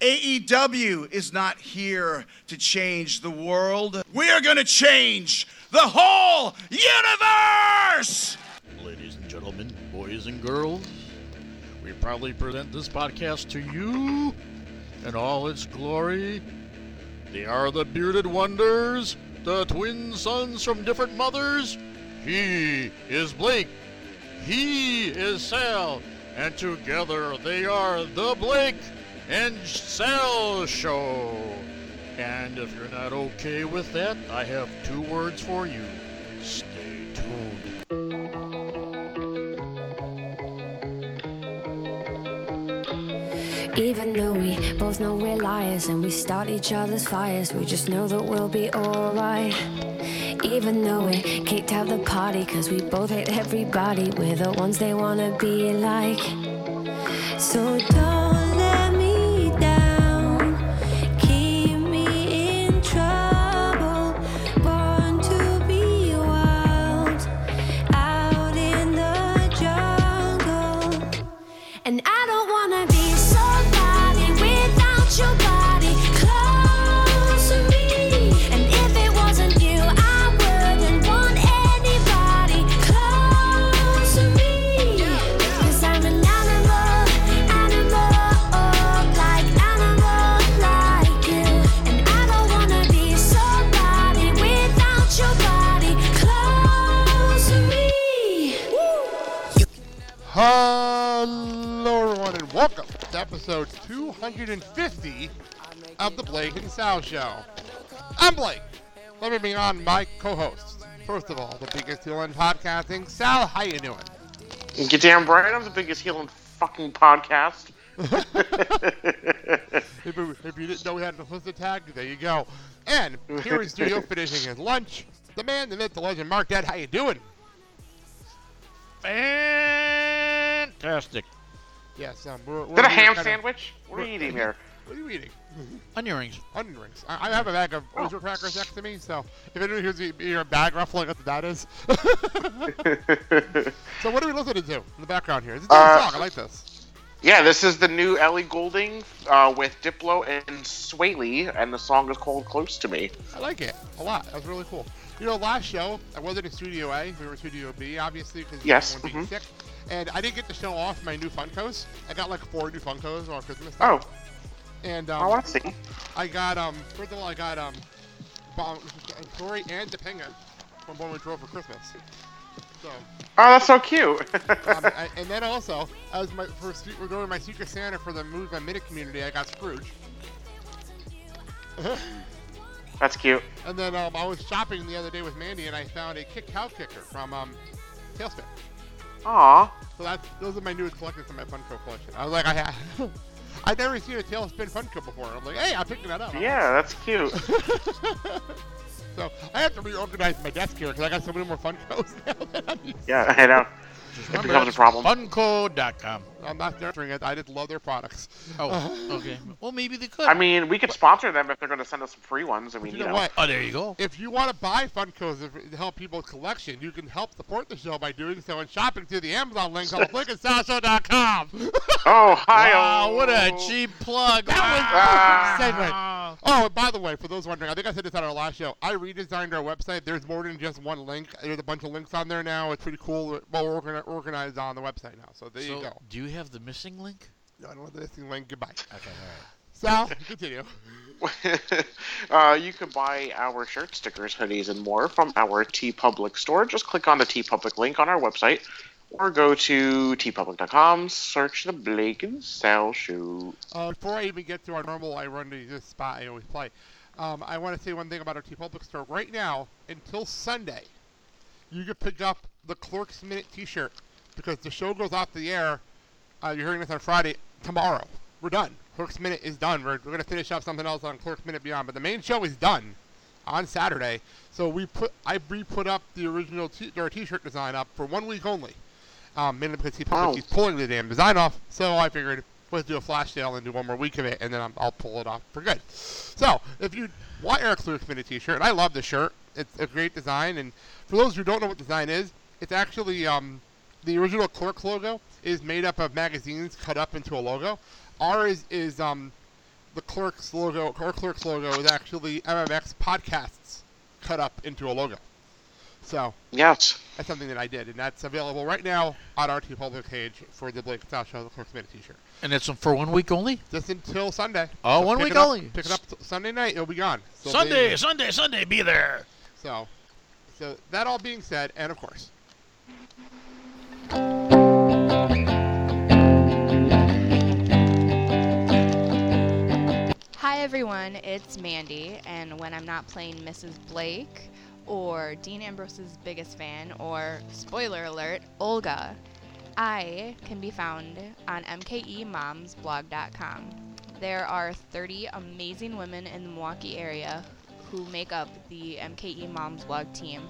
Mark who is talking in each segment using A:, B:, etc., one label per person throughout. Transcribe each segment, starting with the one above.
A: AEW E is not here to change the world. We are going to change the whole universe!
B: Ladies and gentlemen, boys and girls, we proudly present this podcast to you in all its glory. They are the bearded wonders, the twin sons from different mothers. He is Blake, he is Sal, and together they are the Blake and Sal Show. And if you're not okay with that, I have two words for you. Stay tuned.
C: Even though we both know we're liars and we start each other's fires, we just know that we'll be alright. Even though we kicked out the party, cause we both hate everybody, we're the ones they wanna be like. So don't let me down, keep me in trouble. Born to be wild, out in the jungle. And I don't wanna be somebody without your body close to me. And if it wasn't you, I wouldn't want anybody close to me. Cause I'm an animal, animal, like animal, like you. And I don't wanna be somebody without your body close to me.
D: Hello, everyone, and welcome to episode 250 of the Blake and Sal Show. I'm Blake. Let me bring on my co-hosts. First of all, the biggest deal in podcasting. Sal, how you doing?
E: Get damn right, I'm the biggest heel in fucking podcast.
D: If you, if you didn't know we had an implicit tag, there you go. And here in studio finishing his lunch, the man, the myth, the legend, Mark Dad, how you doing?
B: Fantastic.
D: Yes, um, we're, we're
E: Is that a ham
D: kinda-
E: sandwich? What are you eating there?
D: What are you eating?
B: Onion rings.
D: Onion rings. I, I have a bag of
E: Oh.
D: oyster crackers next to me, so if anyone hears me- your bag ruffling, what that is. so what are we listening to in the background here? This is a new
E: Uh,
D: song. I like this.
E: Yeah, this is the new Ellie Goulding uh, with Diplo and Swaley, and the song is called Close to Me.
D: I like it a lot. That was really cool. You know, last show I wasn't in Studio A. We were in Studio B, obviously, because
E: Yes,
D: everyone being
E: mhm.
D: sick. And I didn't get to show off my new Funkos. I got like four new Funkos on Christmas.
E: Oh,
D: And
E: I
D: um,
E: want to see. Oh,
D: I got um first of all I got um Bon Tori and Topanga from Born with Troll for Christmas. So
E: Oh, that's so cute.
D: um, I, and then also as my first we're going to my Secret Santa for the Move My Minute community, I got Scrooge.
E: that's cute.
D: And then um, I was shopping the other day with Mandy and I found a kick cow kicker from um Tailspin.
E: Aw.
D: So that's those are my newest collections in my Funko collection. I was like I had I'd never seen a Tailspin Funko before. I'm like, hey, I picked that up.
E: Yeah, that's cute.
D: So I have to reorganize my desk here because I got so many more Funkos now than I used.
E: Yeah, I know. It becomes a problem.
B: Funko.com.
D: I'm not censoring it. I just love their products.
B: Oh, okay. Well, maybe they could.
E: I mean, we could sponsor them if they're going to send us some free ones. I mean,
D: you know what?
B: oh, there you go.
D: If you want to buy Funkos if- to help people's collection, you can help support the show by doing so and shopping through the Amazon links on theblinkandsouthshow.com.
E: Oh, hi. oh.
B: Wow, what a cheap plug.
D: That was a perfect
B: Ah.
D: oh, and by the way, for those wondering, I think I said this on our last show. I redesigned our website. There's more than just one link. There's a bunch of links on there now. It's pretty cool. Well, we're organ- organized on the website now. So there you
B: So,
D: go.
B: do you have the missing link?
D: I don't want this link. Goodbye.
B: Okay, all
D: Sal, continue.
E: uh, you can buy our shirt, stickers, hoodies, and more from our T Public store. Just click on the T Public link on our website, or go to tpublic.com, search the Blake and Sal Show.
D: Uh, before I even get to our normal, I run to this spot I always play. Um, I want to say one thing about our T Public store. Right now, until Sunday, you can pick up the Clerks Minute T-shirt because the show goes off the air. Uh, you're hearing this on Friday. Tomorrow, we're done. Clerks Minute is done. We're, we're gonna finish up something else on Clerks Minute Beyond, but the main show is done on Saturday. So we put I re-put up the original t- our T-shirt design up for one week only. Um, mainly because he
E: Wow.
D: public he's pulling the damn design off. So I figured let's do a flash sale and do one more week of it, and then I'm, I'll pull it off for good. So if you want Eric's Lyrics Minute T-shirt, and I love the shirt. It's a great design, and for those who don't know what design is, it's actually um, the original Clerks logo is made up of magazines cut up into a logo. Ours is um, the Clerks logo, our Clerks logo, is actually MMX Podcasts cut up into a logo. So
E: Yes.
D: that's something that I did, and that's available right now on our T public page for the Blake Style Show, the Clerks Minute T-shirt.
B: And it's for one week only?
D: Just until Sunday.
B: Oh,
D: so
B: one
D: pick
B: week
D: it up-
B: only.
D: Pick it up t- Sunday night. It'll be gone. So
B: Sunday,
D: they-
B: Sunday, Sunday, be there.
D: So, so that all being said, and of course,
F: Hi everyone, it's Mandy, and when I'm not playing Mrs. Blake or Dean Ambrose's biggest fan or spoiler alert, Olga, I can be found on E mkemomsblog.com. There are 30 amazing women in the Milwaukee area who make up the MKE Moms blog team,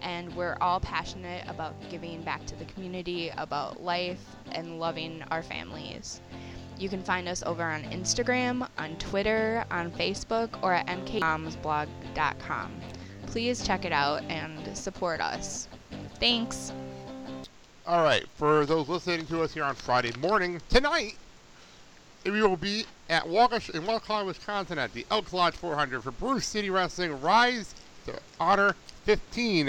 F: and we're all passionate about giving back to the community, about life, and loving our families. You can find us over on Instagram, on Twitter, on Facebook, or at mkmomsblog.com. Please check it out and support us. Thanks.
D: all right, for those listening to us here on Friday morning, tonight, we will be at Waukesha in Waukesha, Wisconsin at the Elks Lodge 400 for Bruce City Wrestling Rise to Honor 15.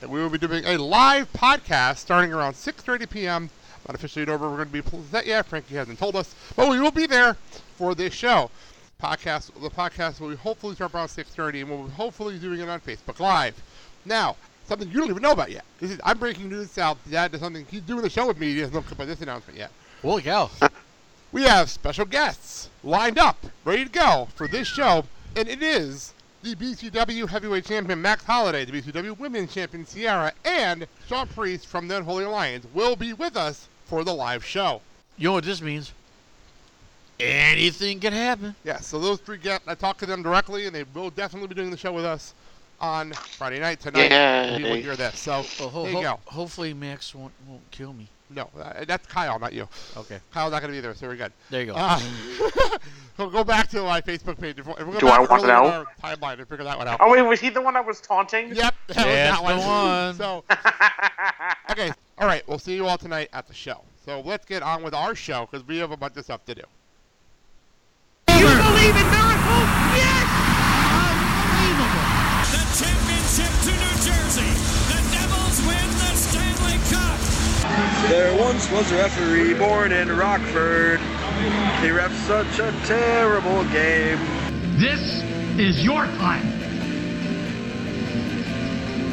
D: And we will be doing a live podcast starting around 6.30 p.m. Not officially over. We're going to be that yet. Frankie hasn't told us, but we will be there for this show. Podcast. The podcast will be hopefully start around 6.30, and we'll be hopefully doing it on Facebook Live. Now, something you don't even know about yet. This is I'm breaking news out. Dad does something. He's doing a show with me. He hasn't come up with this announcement yet.
B: Holy cow.
D: We have special guests lined up, ready to go for this show, and it is the BCW Heavyweight Champion Max Holiday, the BCW Women's Champion Sierra, and Sean Priest from the Unholy Alliance will be with us for the live show.
B: You know what this means? Anything can happen.
D: Yeah, so those three get I talked to them directly, and they will definitely be doing the show with us on Friday night tonight.
E: Yay.
D: People hear this, so
B: Well, Oh, ho-
D: there you
B: ho-
D: go.
B: hopefully Max won't, won't kill me.
D: No, uh, that's Kyle, not you.
B: Okay.
D: Kyle's not going to be there, so we're good.
B: There you go.
D: Uh, so go back to my Facebook page. If we- if we go
E: Do
D: back
E: I want
D: earlier in
E: it
D: our Timeline and figure that one out.
E: Oh wait, was he the one I was
D: Yep,
E: taunting?
D: that
B: That's
D: was that
B: the one.
D: one. So, okay, all right, we'll see you all tonight at the show. So let's get on with our show because we have a bunch of stuff to do.
G: The championship to New Jersey. The Devils win the Stanley Cup.
H: There once was a referee born in Rockford. He ref such a terrible game.
I: This is your time.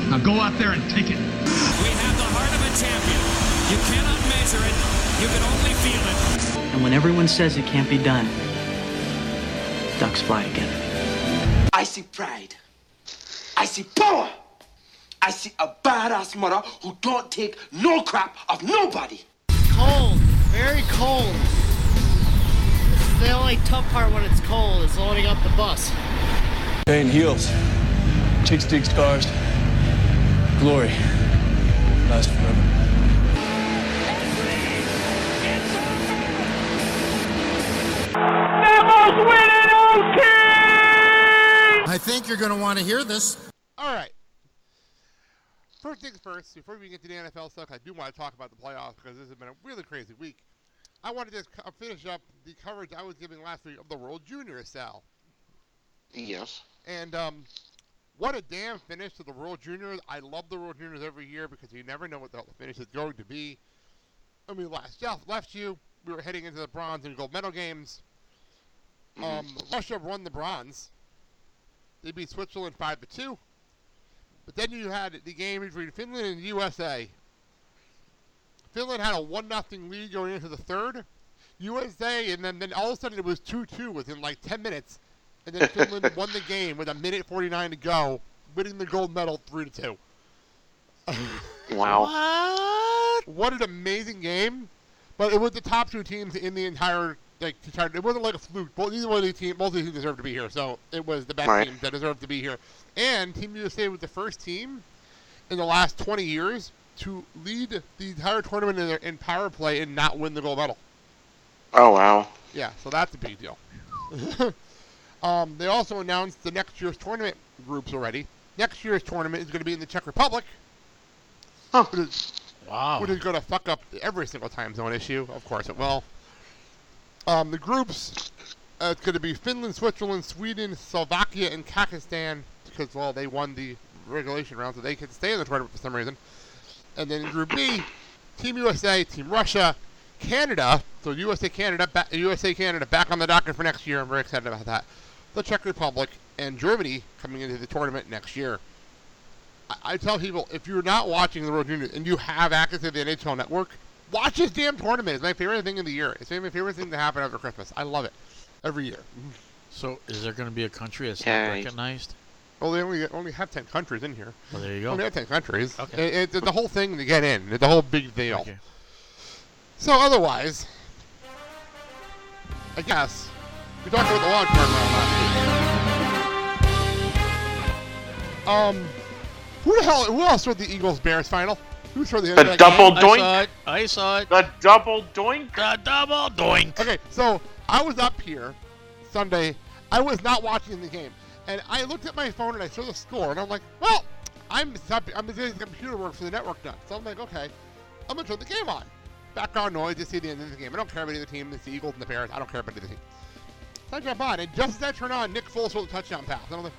I: Now go out there and take it.
G: We have the heart of a champion. You cannot measure it. You can only feel it.
J: And when everyone says it can't be done, ducks fly again.
K: I see pride. I see power. I see a badass mother who don't take no crap of nobody.
I: Cold, very cold. This is the only tough part when it's cold is loading up the bus.
H: Pain heals. Chicks dig scars. Glory lasts forever.
I: I think you're going to want to hear this.
D: All right. First things first, before we get to the NFL stuff, I do want to talk about the playoffs because this has been a really crazy week. I want to just co- finish up the coverage I was giving last week of the World Junior Sal.
E: Yes.
D: And um, what a damn finish to the World Juniors. I love the World Juniors every year because you never know what the finish is going to be. I mean, last year left you. We were heading into the bronze and gold medal games. Um, Russia won the bronze. They beat Switzerland five to two. But then you had the game between Finland and USA. Finland had a one nothing lead going into the third. USA, and then, then all of a sudden it was two two within like ten minutes, and then Finland won the game with a minute forty nine to go, winning the gold medal three to two.
E: Wow.
D: What an amazing game! But it was the top two teams in the entire like entire. It wasn't like a fluke. Both neither one of these teams, both of these teams deserved to be here. So it was the best
E: Right.
D: teams that deserved to be here. And Team USA was the first team in the last twenty years to lead the entire tournament in, their, in power play and not win the gold medal.
E: Oh wow.
D: Yeah, so that's a big deal. um, they also announced the next year's tournament groups already. Next year's tournament is going to be in the Czech Republic,
E: Oh.
D: which is,
B: Wow.
D: which is going to fuck up every single time zone issue. Of course it will. Um, the groups Uh, it's going to be Finland, Switzerland, Sweden, Slovakia, and Kazakhstan because, well, they won the regulation round, so they can stay in the tournament for some reason. And then in Group B, Team USA, Team Russia, Canada. So USA, Canada, ba- USA, Canada back on the docket for next year. I'm very excited about that. The Czech Republic and Germany coming into the tournament next year. I, I tell people if you're not watching the World Juniors and you have access to the NHL Network, watch this damn tournament. It's my favorite thing of the year. It's my favorite thing to happen after Christmas. I love it every year.
B: So, is there going to be a country that's
D: Yeah.
B: not recognized?
D: Well, they only only have ten countries in here.
B: Well, there you go.
D: Only have ten countries.
B: Okay.
D: It- it's the whole thing to get in. It's the whole big deal.
B: Okay.
D: So otherwise, I guess we talked about the lawn program last week. Um, who the hell? Who else wrote the Eagles Bears final? Who wrote the end of that game?
B: I saw it.
E: The double doink.
B: The double doink.
D: Okay, so I was up here Sunday. I was not watching the game, and I looked at my phone and I saw the score, and I'm like, "Well, I'm sub- I'm doing the computer work for the network done." So I'm like, "Okay, I'm gonna turn the game on." Background noise, you see the end of the game. I don't care about either team. It's the Eagles and the Bears. I don't care about either team. So I jump on, and just as I turn on, Nick Foles with a touchdown pass, and I'm like,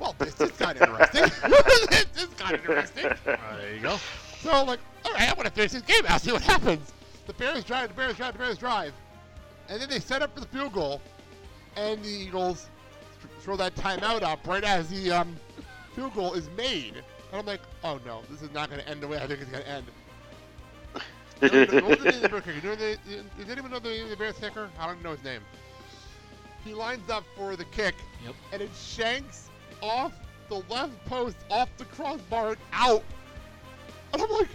D: "Well, this is kind of interesting. this is kind of interesting."
B: there you go.
D: So I'm like, all right, I want to finish this game. I'll see what happens. The Bears drive, the Bears drive, the Bears drive, and then they set up for the field goal, and the Eagles th- throw that timeout up right as the um, field goal is made. And I'm like, oh no, this is not going to end the way I think it's going to end. No, no, no, what's the name of the Bears kicker? You know the- you- Does anyone know the name of the Bears kicker? I don't even know his name. He lines up for the kick,
B: Yep.
D: and it shanks off the left post, off the crossbar, and out. And I'm like,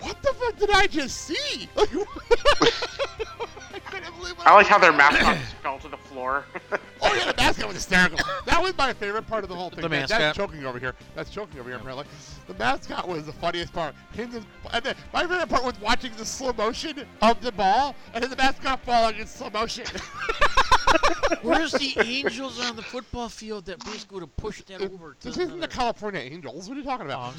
D: what the fuck did I just see? Like, I couldn't believe what
E: I like how their
D: saw.
E: mascot fell to the floor.
D: Oh yeah, the mascot was hysterical. That was my favorite part of the whole thing.
B: The
D: That-
B: mascot.
D: That's choking over here. That's choking over here. Apparently, the mascot was the funniest part. Him and- and then my favorite part was watching the slow motion of the ball and then the mascot falling in slow motion.
B: Where's the Angels on the football field that Bruce would have pushed that over to? Oh,
D: this isn't the California Angels. What are you talking about?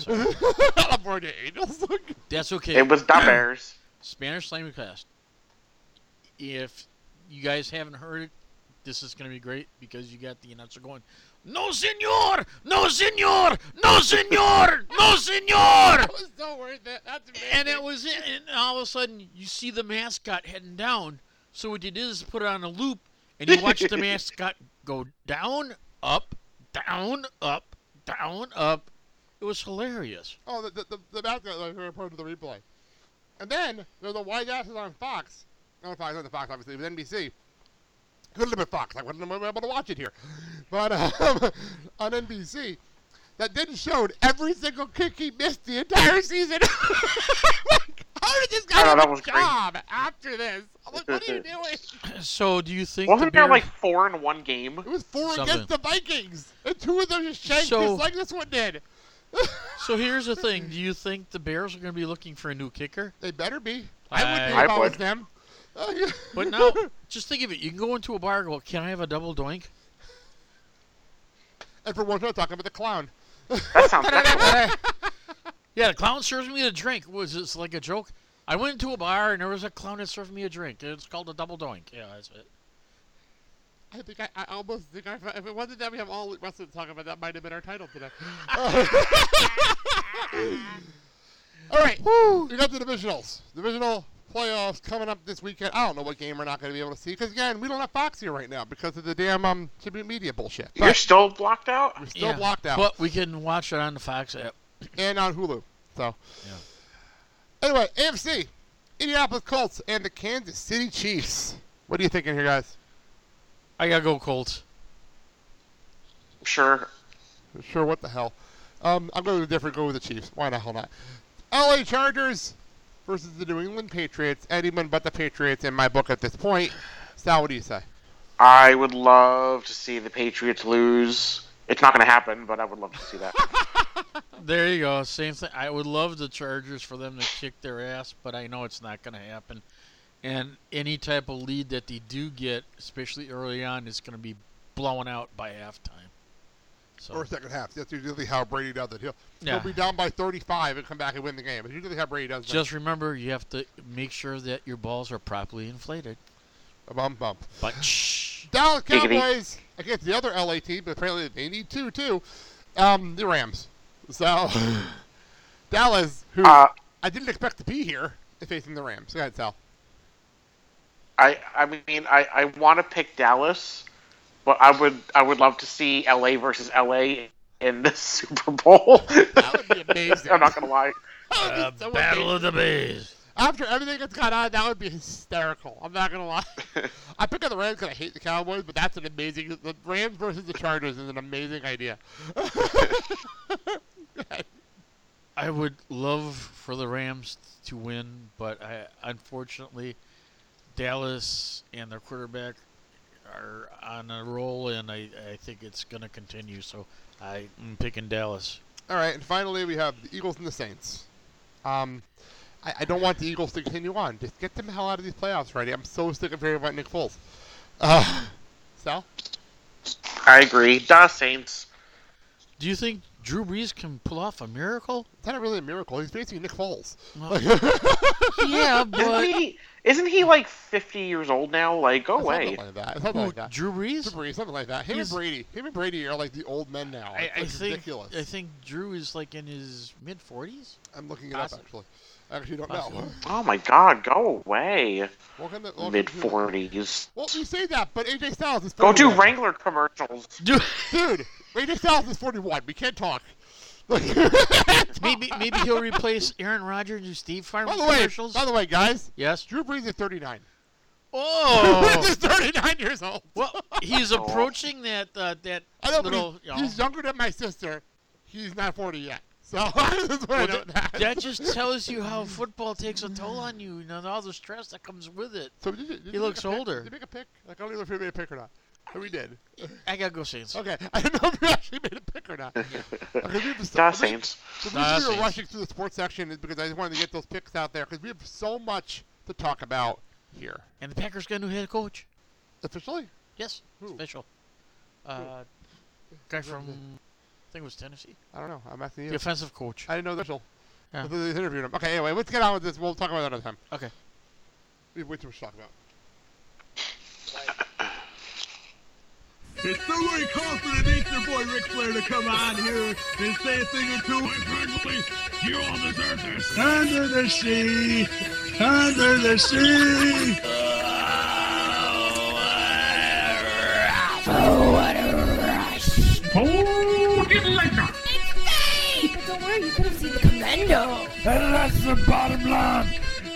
D: California Angels.
B: That's okay.
E: it was the Bears.
B: Spanish language class. If you guys haven't heard it, this is going to be great because you got the announcer going, No, senor! No, senor! No, senor! No, senor!
D: that was so worth it. That's amazing.
B: And that was it. And all of a sudden, you see the mascot heading down. So what you did is put it on a loop, and you watch the mascot go down, up, down, up, down, up. It was hilarious.
D: Oh, the the, the, the mascot was my favorite part of the replay. And then there's a white ass is on Fox. Not Fox, not the Fox, obviously, but NBC. Could have been Fox. I wouldn't have been able to watch it here. But um, on NBC, that then showed every single kick he missed the entire season. Like, How did this guy
E: I know,
D: have
E: that
D: a
E: was great.
D: job after this? I'm like, what are you doing?
B: So do you think the
E: Wasn't there
B: Bears-
E: like four in one game?
D: It was four
B: Something.
D: against the Vikings, and two of them just shanked
B: So-
D: just like this one did.
B: So here's the thing. Do you think the Bears are going to be looking for a new kicker?
D: They better be. I wouldn't be
B: I
D: if I was
E: would.
D: them.
B: But now, just think of it. You can go into a bar and go, can I have a double doink?
D: And for one, we're talking about the clown.
E: That sounds excellent.
B: Yeah, the clown serves me a drink. Was this like a joke? I went into a bar and there was a clown that served me a drink. It's called a double doink. Yeah, that's it.
D: I think I, I almost think I, if it wasn't that we have all wrestling to talk about, that might have been our title today. all right, we got the divisionals. Divisional playoffs coming up this weekend. I don't know what game we're not going to be able to see because again, we don't have Fox here right now because of the damn um tribute media bullshit. But
E: You're still blocked out.
D: we're still
B: Yeah,
D: blocked out
B: But we can watch it on the Fox app.
D: and on Hulu. So
B: Yeah.
D: anyway, AFC, Indianapolis Colts and the Kansas City Chiefs. What are you thinking here, guys?
B: I gotta go Colts.
E: Sure.
D: Sure, what the hell. Um, I'm going to different go with the Chiefs. Why the hell not? LA Chargers versus the New England Patriots. Anyone but the Patriots in my book at this point. Sal, what do you say?
E: I would love to see the Patriots lose. It's not going to happen, but I would love to see that.
B: There you go. Same thing. I would love the Chargers for them to kick their ass, but I know it's not going to happen. And any type of lead that they do get, especially early on, is going to be blown out by halftime. So
D: Or second half. That's usually how Brady does it. He'll,
B: Oh. Yeah.
D: he'll be down by 35 and come back and win the game. That's usually how Brady does it.
B: just remember, you have to make sure that your balls are properly inflated.
D: a bump bump.
B: But shh.
D: Dallas
E: Giggity.
D: Cowboys against the other LA team, but apparently they need two too. Um, the Rams. So Dallas, who I didn't expect to be here, is facing the Rams. Go ahead, Sal.
E: I I mean I, I want to pick Dallas, but I would I would love to see LA versus LA in the Super Bowl. That
D: would be amazing.
E: I'm not gonna lie.
D: Uh, Battle
B: of the Bays.
D: After everything that's gone on, that would be hysterical. I'm not gonna lie. I pick on the Rams because I hate the Cowboys, but that's an amazing. The Rams versus the Chargers is an amazing idea.
B: I would love for the Rams to win, but I unfortunately Dallas and their quarterback are on a roll, and I, I think it's going to continue. So I, am picking Dallas.
D: All right, and finally we have the Eagles and the Saints. Um, I, I don't want the Eagles to continue on. Just get them the hell out of these playoffs already. I'm so sick of hearing about Nick Foles. Uh, Sal,
E: I agree. Da Saints.
B: Do you think Drew Brees can pull off a miracle?
D: It's not really a miracle. He's basically Nick Foles.
B: yeah,
E: Isn't
B: but
E: he, isn't he like 50 years old now? Like, go away.
D: Something like that. Something
B: Who,
D: like that.
B: Drew Brees?
D: Drew Brees, something like that. Him
B: He's-
D: and Brady. Him and Brady are like the old men now.
B: I,
D: It's
B: I
D: like
B: think
D: ridiculous.
B: I think Drew is like in his mid 40s.
D: I'm looking it
B: Possible.
D: up actually. I actually don't know.
B: Possible.
E: Oh my God, go away.
D: Welcome to- welcome
E: Mid
D: to-
E: 40s.
D: Well, you say that, but AJ Styles is
E: Go
D: 41.
E: do Wrangler commercials.
D: Dude, AJ Styles is 41. We can't talk.
B: maybe maybe he'll replace Aaron Rodgers and Steve Farm
D: By the way,
B: commercials.
D: by the way, guys,
B: yes.
D: Drew Brees is 39. Drew Brees
B: Oh,
D: is 39 years old.
B: well, he's approaching that uh, that
D: Oh. I know, but
B: little.
D: he's,
B: you know,
D: he's younger than my sister. He's not 40 yet. So that's what I
B: Well,
D: know
B: that,
D: now.
B: that just tells you how football takes a toll on you, you know, and all the stress that comes with it.
D: So did you, did
B: he
D: you
B: looks
D: make a pick?
B: older.
D: Did you make a pick? Like, I don't even know if you made a pick or not. But we did.
B: I gotta go Saints.
D: Okay, I don't know if you actually made a pick or not. Okay, we have so-
E: Da
D: the reason-
E: Saints.
D: The reason we
B: Nah, that's
D: were
B: it.
D: rushing through the sports section is because I just wanted to get those picks out there because we have so much to talk about here.
B: And the Packers got a new head coach.
D: Officially?
B: Yes,
D: Who?
B: official. Uh, guy from, I think it was Tennessee.
D: I don't know. I'm asking you.
B: The offensive coach.
D: I didn't know the official.
B: Yeah.
D: They interviewed him. Okay, anyway, let's get on with this. We'll talk about that another time.
B: Okay.
D: We have way too much to talk about.
G: It's somebody call for the Easter boy Ric Flair to come on here and say a thing or two. Apparently, you all deserve this. Under the sea, under the sea. Oh, get later.
C: But don't worry, you could have seen the commando.
G: And that's the bottom line.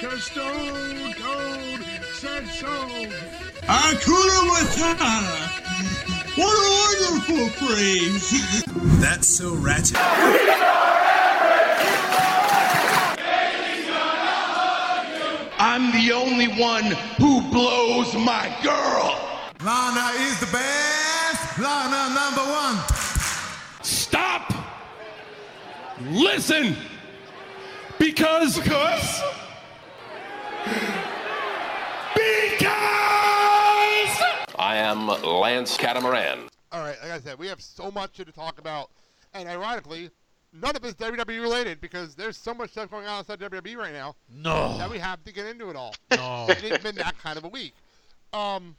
G: Cause Stone Cold said so. Akuna Matata. What a wonderful phrase. That's so ratchet. I'm the only one who blows my girl. Lana is the best. Lana number one. Stop. Listen. Because. Because. Because.
L: I am Lance Catamaran.
D: All right, like I said, we have so much to talk about, and ironically, none of it's WWE related because there's so much stuff going on outside WWE right now that
B: No.
D: we have to get into it all.
B: No.
D: And it's been that kind of a week. Um,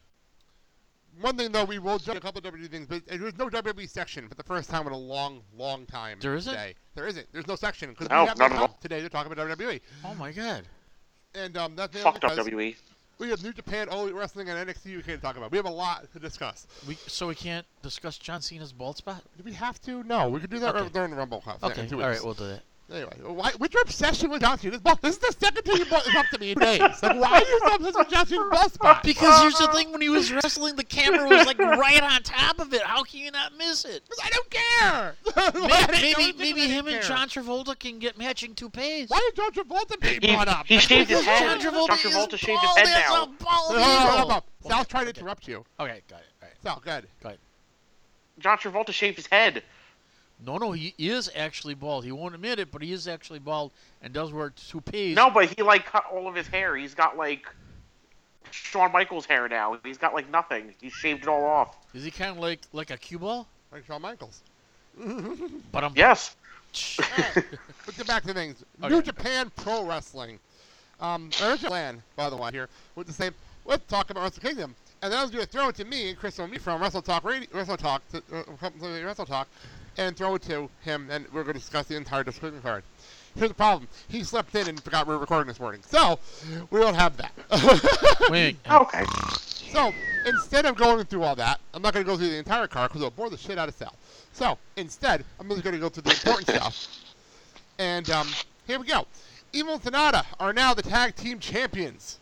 D: one thing though, we will jump a couple of WWE things, but there's no WWE section for the first time in a long, long time.
B: There isn't?
D: Today. There isn't. There's no section because
E: No,
D: we have
E: not
D: no
E: at all.
D: time today to talk about WWE,
B: Oh my God.
D: and um, that's mainly
E: Fuck
D: because
E: WWE.
D: we have New Japan, All Elite Wrestling, and NXT UK to talk about. We have a lot to discuss.
B: We so we can't discuss John Cena's bald spot.
D: Do we have to? No, we could do that
B: Okay.
D: during the Rumble. huh, in
B: Okay.
D: two
B: All
D: weeks.
B: right, we'll do that.
D: Anyway, why, what's your obsession with John Cena's ball? This is the second time you brought this up to me in days. Like, why are you so obsessed with John Cena's ball spot?
B: Because here's the thing: when he was wrestling, the camera was like right on top of it. How can you not miss it?
D: I don't care. I
B: Maybe
D: don't
B: maybe,
D: think
B: maybe
D: I
B: him
D: care.
B: and John Travolta can get matching toupees.
D: Why did John Travolta be
E: He,
D: brought up?
E: he shaved his
B: John
E: head.
B: Travolta,
E: John Travolta
B: is
E: shaved his
B: bald.
E: head
B: That's
E: now.
B: a bald
D: No, no, no, no, no,
B: eagle.
D: no. Sal's
B: Okay,
D: trying to
B: okay.
D: interrupt you.
B: Okay, got it. All right.
D: Sal, go ahead.
B: Go ahead.
E: John Travolta shaved his head.
B: No, no, he is actually bald. He won't admit it, but he is actually bald and does wear toupees.
E: No, but he like cut all of his hair. He's got like Shawn Michaels hair now. He's got like nothing. He shaved it all off.
B: Is he kind of like like a cue ball?
D: Like Shawn Michaels.
B: But I'm
E: Yes.
D: Let's get back to things.
B: Okay.
D: New Japan Pro Wrestling. Um, there's a plan, by the way, here with the same. Let's talk about Wrestle Kingdom. And then I was going to throw it to me and Chris O'Meara from Wrestle Talk Radio, Wrestle Talk, to, uh, from the Wrestle Talk, and throw it to him, and we're going to discuss the entire discussion card. Here's the problem: he slept in and forgot we were recording this morning, so we don't have that.
E: Okay.
D: So instead of going through all that, I'm not going to go through the entire card because it'll bore the shit out of Sal. So instead, I'm just going to go through the important stuff. And um, here we go. Evil and Sonata are now the tag team champions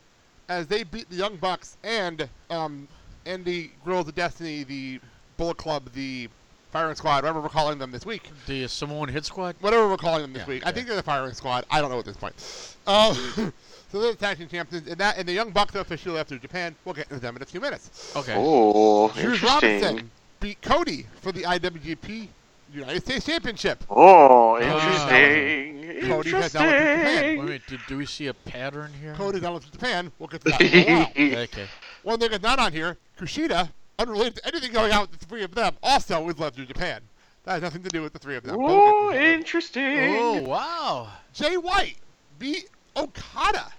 D: as they beat the Young Bucks and um, and the Girls of Destiny, the Bullet Club, the Firing Squad, whatever we're calling them this week.
B: The Samoan Hit Squad?
D: Whatever we're calling them this
B: Yeah,
D: week. I think they're the Firing Squad. I don't know at this point. Um, so they're the tag team champions, and that and the Young Bucks are officially left through Japan. We'll get into them in a few minutes.
B: Okay.
E: Oh,
D: Hughes
E: interesting.
D: Robinson beat Cody for the IWGP United States Championship.
B: Uh,
E: Oh,
B: interesting.
D: Cody has now left for
B: Wait a
D: Japan.
B: minute, do, do we see a pattern here?
D: Cody's now left for Japan. We'll get to that. in a while.
B: okay.
D: One thing that's not on here, Kushida, unrelated to anything going on with the three of them, also was left to Japan. That has nothing to do with the three of them.
E: Oh, interesting.
B: Oh, wow.
D: Jay White beat Okada.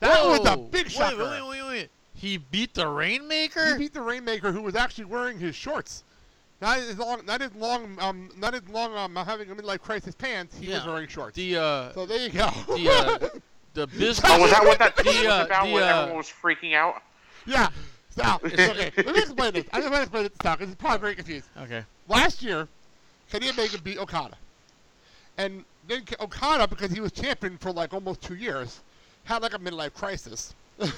D: That
B: Whoa.
D: was a big
B: Wait,
D: shocker.
B: Wait, wait, wait, wait. He beat the Rainmaker?
D: He beat the Rainmaker, who was actually wearing his shorts. Not as long, not as long, um, not as long, um, having a midlife crisis pants. He was
B: Yeah.
D: wearing shorts.
B: The, uh,
D: So there you go.
B: the, uh, the business.
E: Oh, was that what that tweet
B: the,
E: was
B: uh,
E: about
B: the,
E: when
B: uh,
E: everyone was freaking out?
D: Yeah. Stop. It's okay. Let me explain this. I just want to explain it to Stock. It's probably very confused.
B: Okay.
D: Last year, Kenny Omega beat Okada. And then K- Okada, because he was champion for like almost two years, had like a midlife crisis.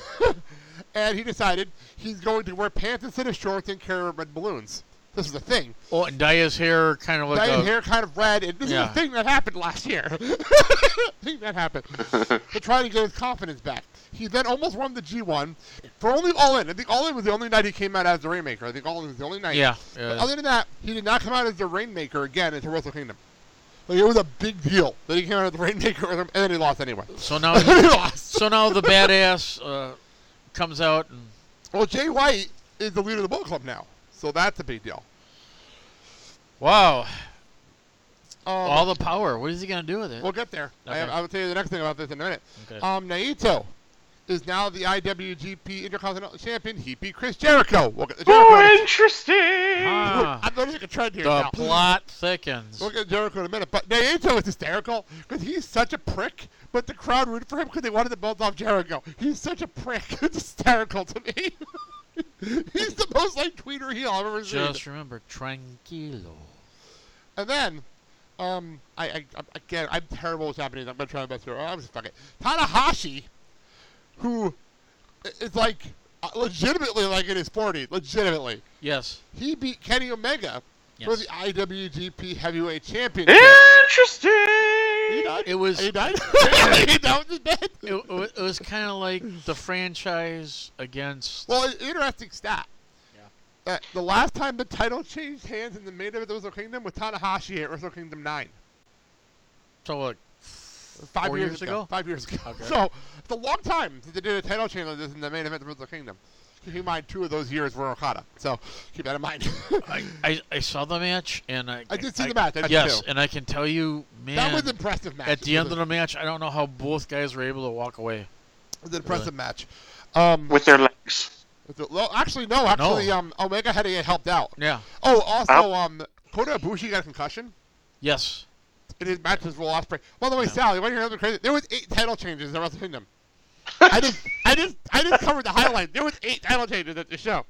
D: and he decided he's going to wear pants instead of shorts and carry red balloons. This is a thing.
B: Oh, and Daya's hair kind of like
D: Dyed
B: a,
D: hair kind of red, and this is
B: Yeah.
D: a thing that happened last year. thing that happened. to try to get his confidence back. He then almost won the G1 for only All In. I think All In was the only night he came out as the Rainmaker. I think All In was the only night.
B: Yeah,
D: But
B: yeah.
D: other than that, he did not come out as the Rainmaker again until Wrestle Kingdom. Like it was a big deal that he came out as the Rainmaker, and then he lost anyway.
B: So now,
D: he lost.
B: so now the badass uh, comes out and
D: Well, Jay White is the leader of the Bullet Club now, so that's a big deal.
B: wow,
D: Um,
E: Oh.
B: all the power. What is he gonna do with it?
D: We'll get there. I, have,
B: Okay.
D: I will tell you the next thing about this in a minute.
B: Okay.
D: Um, Naito is now the IWGP Intercontinental Champion. He beat Chris Jericho. We'll get the Jericho.
E: Oh, interesting.
B: Ah,
D: I'm noticing a trend here
B: the
D: now.
B: plot thickens.
D: We'll get Jericho in a minute. But Naito is hysterical because he's such a prick, but the crowd rooted for him because they wanted the belt off Jericho. He's such a prick. It's hysterical to me. he's the most like tweeter heel I've ever seen.
B: Just remember, tranquilo.
D: And then, um, I, I, I again, I'm terrible with Japanese. I'm gonna try my best here. I'm just fuck it. Tanahashi, who i- is like uh, legitimately like in his 40s, legitimately,
B: Yes.
D: he beat Kenny Omega for
B: Yes.
D: the IWGP Heavyweight Championship.
E: Interesting.
D: He died.
B: It was.
D: He
B: It,
D: died. he died. He died.
B: it wa- it was kind of like the franchise against.
D: Well, an interesting stat. Uh, the last time the title changed hands in the main event of the Wrestle Kingdom was Tanahashi at Wrestle Kingdom 9.
B: So like,
D: five
B: Four
D: years,
B: years
D: ago.
B: ago?
D: Five years ago.
B: Okay.
D: So it's a long time since they did a title change like this in the main event of Wrestle Kingdom. Keep in mind, two of those years were Okada, so keep that in mind.
B: I, I, I saw the match and I.
D: I did see the match, I did
B: yes,
D: too.
B: and I can tell you, man.
D: that was an impressive match.
B: At the end of the match, I don't know how both guys were able to walk away.
D: it was an impressive match. Um,
E: With their legs.
D: with the- well, actually, no. Actually,
B: No.
D: um, Omega had to get helped out.
B: Yeah.
D: Oh, also,
E: Ow.
D: um, Kota Ibushi got a concussion
B: Yes.
D: in his match with Will Ospreay. By the way,
B: Yeah.
D: Sally, want to hear another crazy? There was eight title changes in Wrestle Kingdom. I just, I just, I just covered the highlight. There was eight title changes at the show.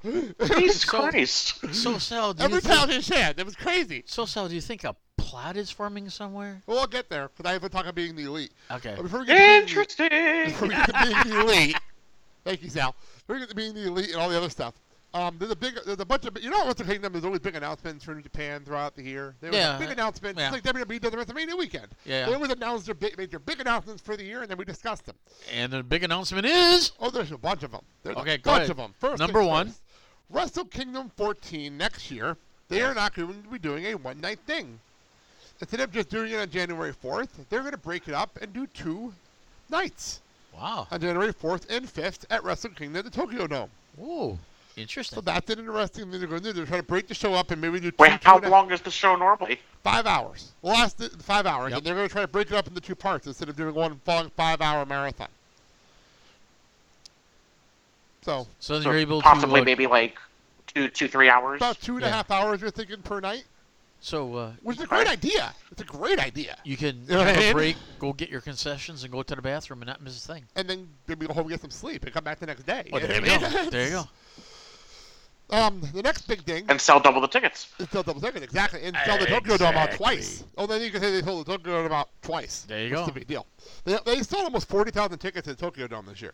E: Jesus
B: So-
E: Christ.
B: So Sal, do
D: Every
B: you think,
D: title change they had. That was crazy.
B: so Sal, do you think a plot is forming somewhere?
D: Well, I'll get there because I have to talk about being the elite.
B: Okay.
D: But before we get to being the-
E: Interesting.
D: before we get to being the elite, thank you, Sal. Before we get to being the elite and all the other stuff. Um, there's a big, there's a bunch of, you know, what's the kingdom? There's always big announcements from Japan throughout the year. There was
B: Yeah,
D: big announcements.
B: yeah.
D: It's like WWE does the WrestleMania weekend.
B: Yeah, yeah.
D: They always announce their big, made their big announcements for the year, and then we discuss them.
B: And the big announcement is
D: Oh, there's a bunch of them. There's
B: Okay,
D: a
B: go
D: bunch
B: ahead.
D: of them. First
B: Number
D: things
B: one.
D: first, Wrestle Kingdom 14 next year. They are not going to be doing a one night thing. Instead of just doing it on January 4th, they're going to break it up and do two nights
B: wow.
D: on January 4th and 5th at Wrestle Kingdom at the Tokyo Dome.
B: Whoa,
D: So
B: interesting.
D: that's an interesting thing they're going to do. They're trying to break the show up and maybe do two,
E: Wait,
D: two
E: how
D: and a-
E: long is the show normally?
D: Five hours. Last th- five hours.
B: Yep.
D: And they're going to try to break it up into two parts instead of doing one long five hour marathon. So,
I: So
E: So
I: you're able to,
E: possibly
I: uh,
E: maybe like two, two, three hours.
D: about two and a half hours you're thinking per night,
B: So uh,
D: which is a great idea. It's a great idea.
B: you can
D: You know what
B: have
D: I
B: a
D: mean?
B: break, go get your concessions, and go to the bathroom and not miss a thing.
D: And then maybe go home and get some sleep and come back the next day.
B: Well,
D: You
B: there
D: know
B: you
D: what I
B: go.
D: mean?
B: There you go.
D: Um, the next big thing
E: And sell double the tickets.
D: is sell double ticket exactly, and sell the Tokyo Dome out
B: Exactly.
D: twice. Oh, then you can say they sold the Tokyo Dome out twice.
B: There you
D: What's
B: go.
D: the big deal? They, they sold almost forty thousand tickets at Tokyo Dome this year.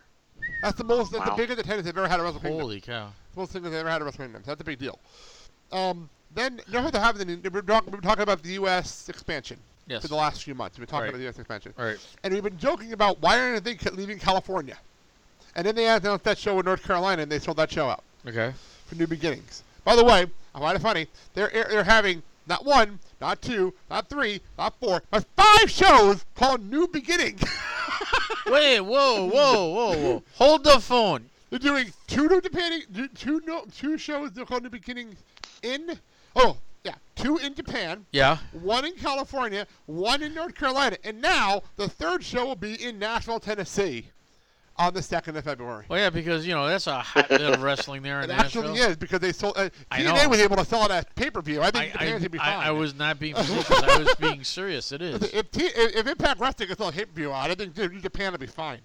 D: That's the most. That's
B: Wow.
D: the biggest attendance they've ever had at Wrestle Kingdom.
B: Holy cow!
D: It's the most thing they've ever had at Wrestle Kingdom. So that's a big deal. Um, then you know what happened? We've been talk- we've been talking about the U.S. expansion
B: Yes.
D: for the last few months. We've been talking
B: Right.
D: about the U.S. expansion,
B: All right.
D: and we've been joking about why aren't they ca- leaving California? And then they announced that show in North Carolina, and they sold that show out
B: Okay.
D: for New Beginnings. By the way, I find it funny. They're they're having not one, not two, not three, not four, but five shows called New Beginning.
B: Wait, whoa, whoa, whoa, whoa! Hold the phone.
D: They're doing two New Japan, two no, two shows they're called New Beginning in. Oh yeah, two in Japan,
B: Yeah.
D: one in California, one in North Carolina, and now the third show will be in Nashville, Tennessee, on the second of February.
B: Well, Oh, yeah, because you know that's a hotbed of wrestling there in
D: It
B: Nashville.
D: actually is because they sold. Uh,
B: I know.
D: TNA was able to sell it at pay per view. I
B: I,
D: think Japan's
B: I,
D: gonna be
B: I,
D: fine.
B: I was not being facetious. I was being serious. It is.
D: If, T- if if Impact Wrestling can still hit you out, I think New Japan will be fine.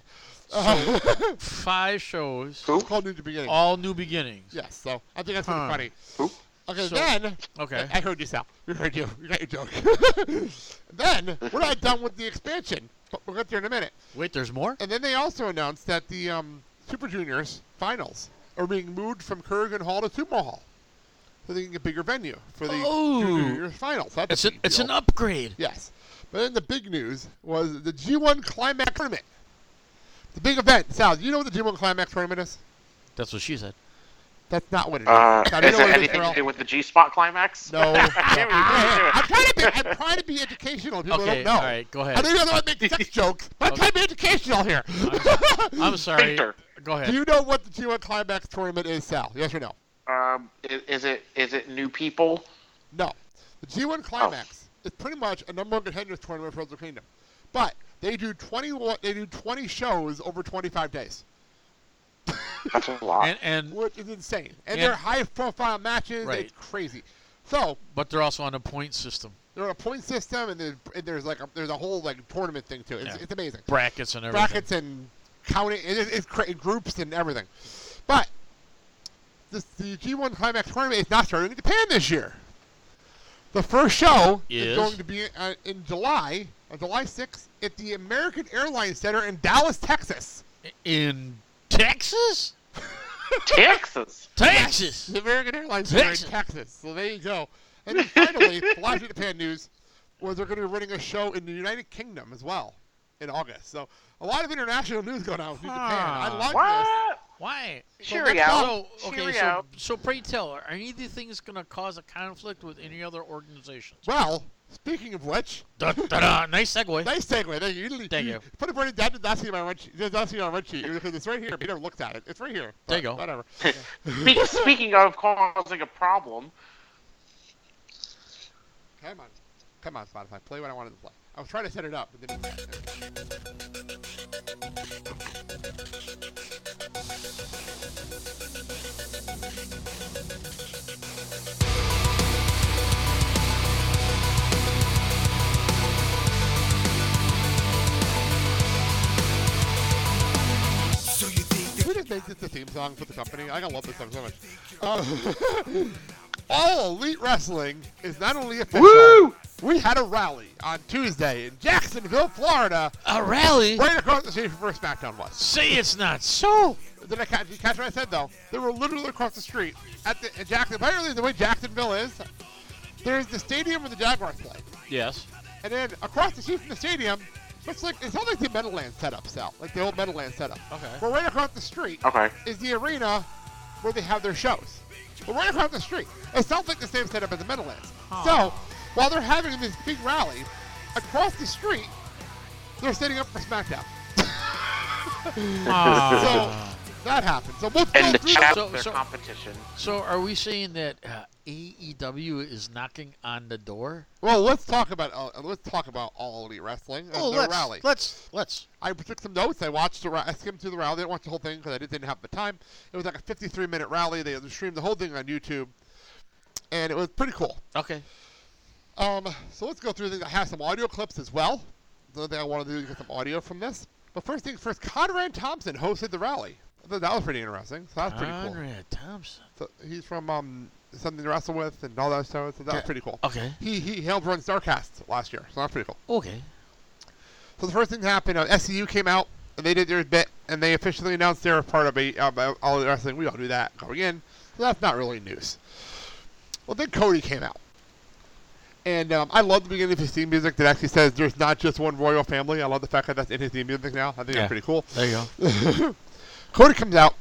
D: Uh,
B: Five shows,
D: called New Beginning.
B: all new beginnings.
D: yes, so I think that's pretty
B: Huh.
D: funny. Okay, then
B: Okay.
D: I heard you, Sal. We heard you. We got your joke. then we're not done with the expansion, but we'll get there in a minute.
B: Wait, there's more.
D: And then they also announced that the um, Super Juniors finals are being moved from Kurgan Hall to Sumo Hall, so they can get bigger venue for the
B: Oh.
D: Super Juniors finals. That's
B: It's
D: a
B: an
D: big
B: it's
D: deal.
B: an upgrade.
D: Yes. But then the big news was the G1 Climax Tournament. The big event. Sal, do you know what the G1 Climax Tournament is?
B: That's what she said.
D: That's not what it is.
E: Uh,
D: Sal, do you
E: is
D: know
E: it
D: what it
E: anything
D: Earl?
E: to do with the G spot climax?
D: No.
E: I
D: no.
E: can't even
D: I'm,
E: do
D: trying to be, I'm trying to be educational. People
B: Okay,
D: don't know.
B: all right, go ahead.
D: I don't even know how to make sex jokes, but I'm trying to be educational here.
B: I'm sorry.
E: Victor.
B: Go ahead.
D: do you know what the G1 Climax Tournament is, Sal? Yes or no?
E: it. Um, i- is it is it new people?
D: No. The
E: Oh.
D: G1 Climax is pretty much a number one contenders tournament for Wrestle Kingdom. But they do 20, wa- they do 20 shows over 25 days.
E: That's a lot.
B: and and
D: which is insane. And,
B: And-
D: they're high profile matches.
B: Right.
D: It's crazy. So
B: but they're also on a point system,
D: they're on a point system, and, there's- and there's like a, there's a whole like tournament thing too. It's,
B: Yeah.
D: it's amazing.
B: brackets and everything.
D: Brackets and counting, it, it, it's cra- groups and everything. But this, the G1 Climax tournament is not starting in Japan this year. The first show is,
B: Is?
D: going to be uh, in July, on July 6th, at the American Airlines Center in Dallas, Texas.
B: in Texas.
E: Texas.
B: Texas.
D: The American Airlines Center in
B: Texas.
D: Texas. So there you go. And then finally, Live to Japan news was they're going to be running a show in the United Kingdom as well in August. So a lot of international news going on with New Japan. I
B: Huh.
D: like this.
E: What?
B: Why?
E: Cheerio.
B: So okay, so,
E: Cheerio.
B: so pray tell, are any of these things going to cause a conflict with any other organizations?
D: Well, speaking of which,
B: Da, da, da. Nice segue.
D: nice segue. Thank you.
B: Thank you.
D: Put it right down to Dusty on my red sheet. Dusty on my red sheet because it's right here. He never looked at it. It's right here.
B: There
D: But
B: you go.
D: Whatever.
E: Spe- speaking of causing a problem,
D: Come on. Come on, Spotify. Play what I wanted to play. I was trying to set it up, but didn't. Can we just make this the theme song for the company? I gotta love this song so much. Uh, All Elite Wrestling is not only official. We had a rally on Tuesday in Jacksonville, Florida,
B: A rally?
D: right across the street from where SmackDown was.
B: Say it's not so.
D: So, did I catch, you catch what I said though? They were literally across the street at the in Jackson. Apparently, the way Jacksonville is, there's the stadium where the Jaguars play,
B: Yes.
D: and then across the street from the stadium, it's like it's not like the Meadowlands setup, Sal, like the old Meadowlands setup.
B: Okay.
D: But right across the street
E: okay,
D: is the arena where they have their shows. But right across the street. It sounds like the same setup as the Meadowlands. So, while they're having this big rally, across the street, they're setting up for SmackDown.
B: Ah.
D: So, that happened. So, we'll go
E: and the
D: through
E: Ah. chat
B: So-
E: their
B: so-
E: competition.
B: so are we saying that uh, AEW is knocking on the door?
D: Well, let's talk about uh, let's talk about All Elite Wrestling.
B: Oh,
D: the
B: let's-
D: rally.
B: Let's let's.
D: I took some notes. I watched the ra- I skimmed through the rally. I didn't watch the whole thing because I didn't have the time. It was like a 53 minute rally. They streamed the whole thing on YouTube, and it was pretty cool.
B: Okay.
D: Um, so let's go through things. I have some audio clips as well. The other thing I wanted to do is get some audio from this. But first things first, Conrad Thompson hosted the rally. I thought that was pretty interesting. So that was pretty cool.
B: Conrad Thompson.
D: So he's from um, something to wrestle with and all that stuff. So that was
B: Okay.
D: pretty cool.
B: Okay.
D: He he helped run Starcast last year, so that's pretty cool.
B: Okay.
D: So the first thing that happened, uh, SCU came out and they did their bit and they officially announced they were part of a, um, uh, all the wrestling. We all knew that going in, so that's not really news. Well, then Cody came out. And um, I love the beginning of his theme music that actually says there's not just one royal family. I love the fact that that's in his theme music now. I think
B: Yeah.
D: that's pretty cool.
B: There you
D: go. Cody comes out,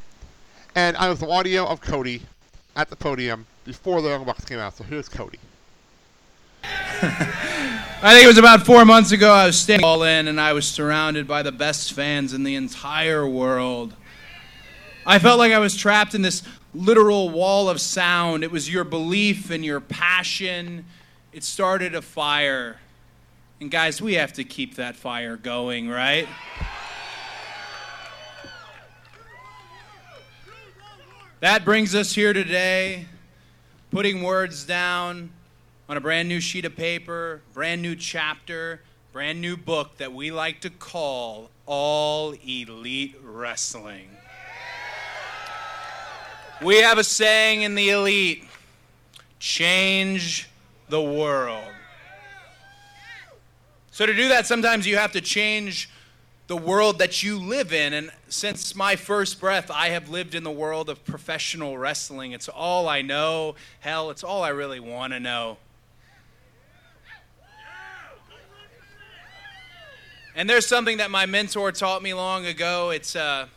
D: and I have some audio of Cody at the podium before the Young Bucks came out. So here's Cody.
M: I think it was about four months ago. I was standing all in, and I was surrounded by the best fans in the entire world. I felt like I was trapped in this literal wall of sound. It was your belief and your passion. It started a fire. And guys, we have to keep that fire going, right? That brings us here today, putting words down on a brand new sheet of paper, brand new chapter, brand new book that we like to call All Elite Wrestling. We have a saying in the elite change the world. So, to do that, sometimes you have to change the world that you live in. And since my first breath, I have lived in the world of professional wrestling. It's all I know. Hell, it's all I really want to know. And there's something that my mentor taught me long ago. It's a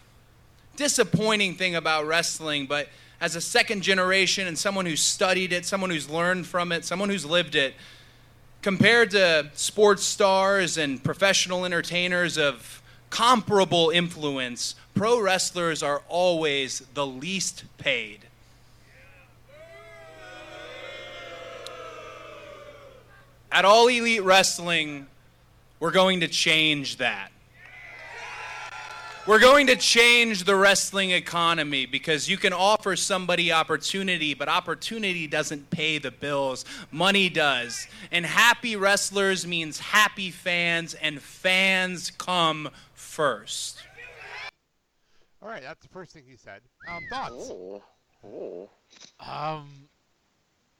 M: disappointing thing about wrestling, but as a second generation and someone who's studied it, someone who's learned from it, someone who's lived it, compared to sports stars and professional entertainers of comparable influence, pro wrestlers are always the least paid. At All Elite Wrestling, we're going to change that. We're going to change the wrestling economy because you can offer somebody opportunity, but opportunity doesn't pay the bills. Money does. And happy wrestlers means happy fans, and fans come first.
D: All right, that's the first thing he said. Um, thoughts?
E: Oh,
B: Um,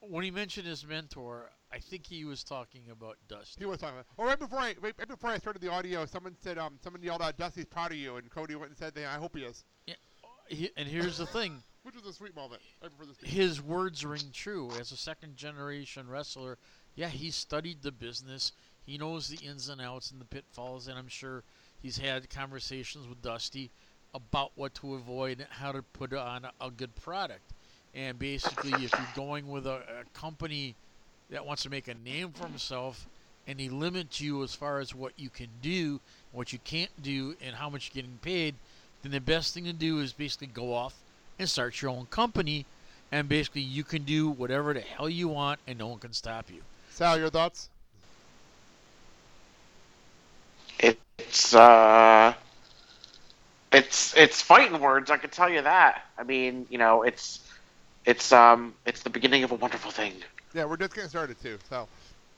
B: when he mentioned his mentor, I think he was talking about Dusty.
D: He was talking about. Well, right before I right, right before I started the audio, someone said um someone yelled out, "Dusty's proud of you," and Cody went and said, "I hope he is."
B: Yeah. He- and here's the thing.
D: Which was a sweet moment. Right before this.
B: his words ring true as a second generation wrestler. Yeah, he studied the business. He knows the ins and outs and the pitfalls, and I'm sure he's had conversations with Dusty about what to avoid and how to put on a, a good product. And basically, if you're going with a, a company that wants to make a name for himself, and he limits you as far as what you can do, what you can't do, and how much you're getting paid, then the best thing to do is basically go off and start your own company, and basically you can do whatever the hell you want, and no one can stop you.
D: Sal, your thoughts?
E: It's uh, it's it's fighting words. I can tell you that. I mean, you know, it's it's um, it's the beginning of a wonderful thing.
D: Yeah, we're just getting started too. So,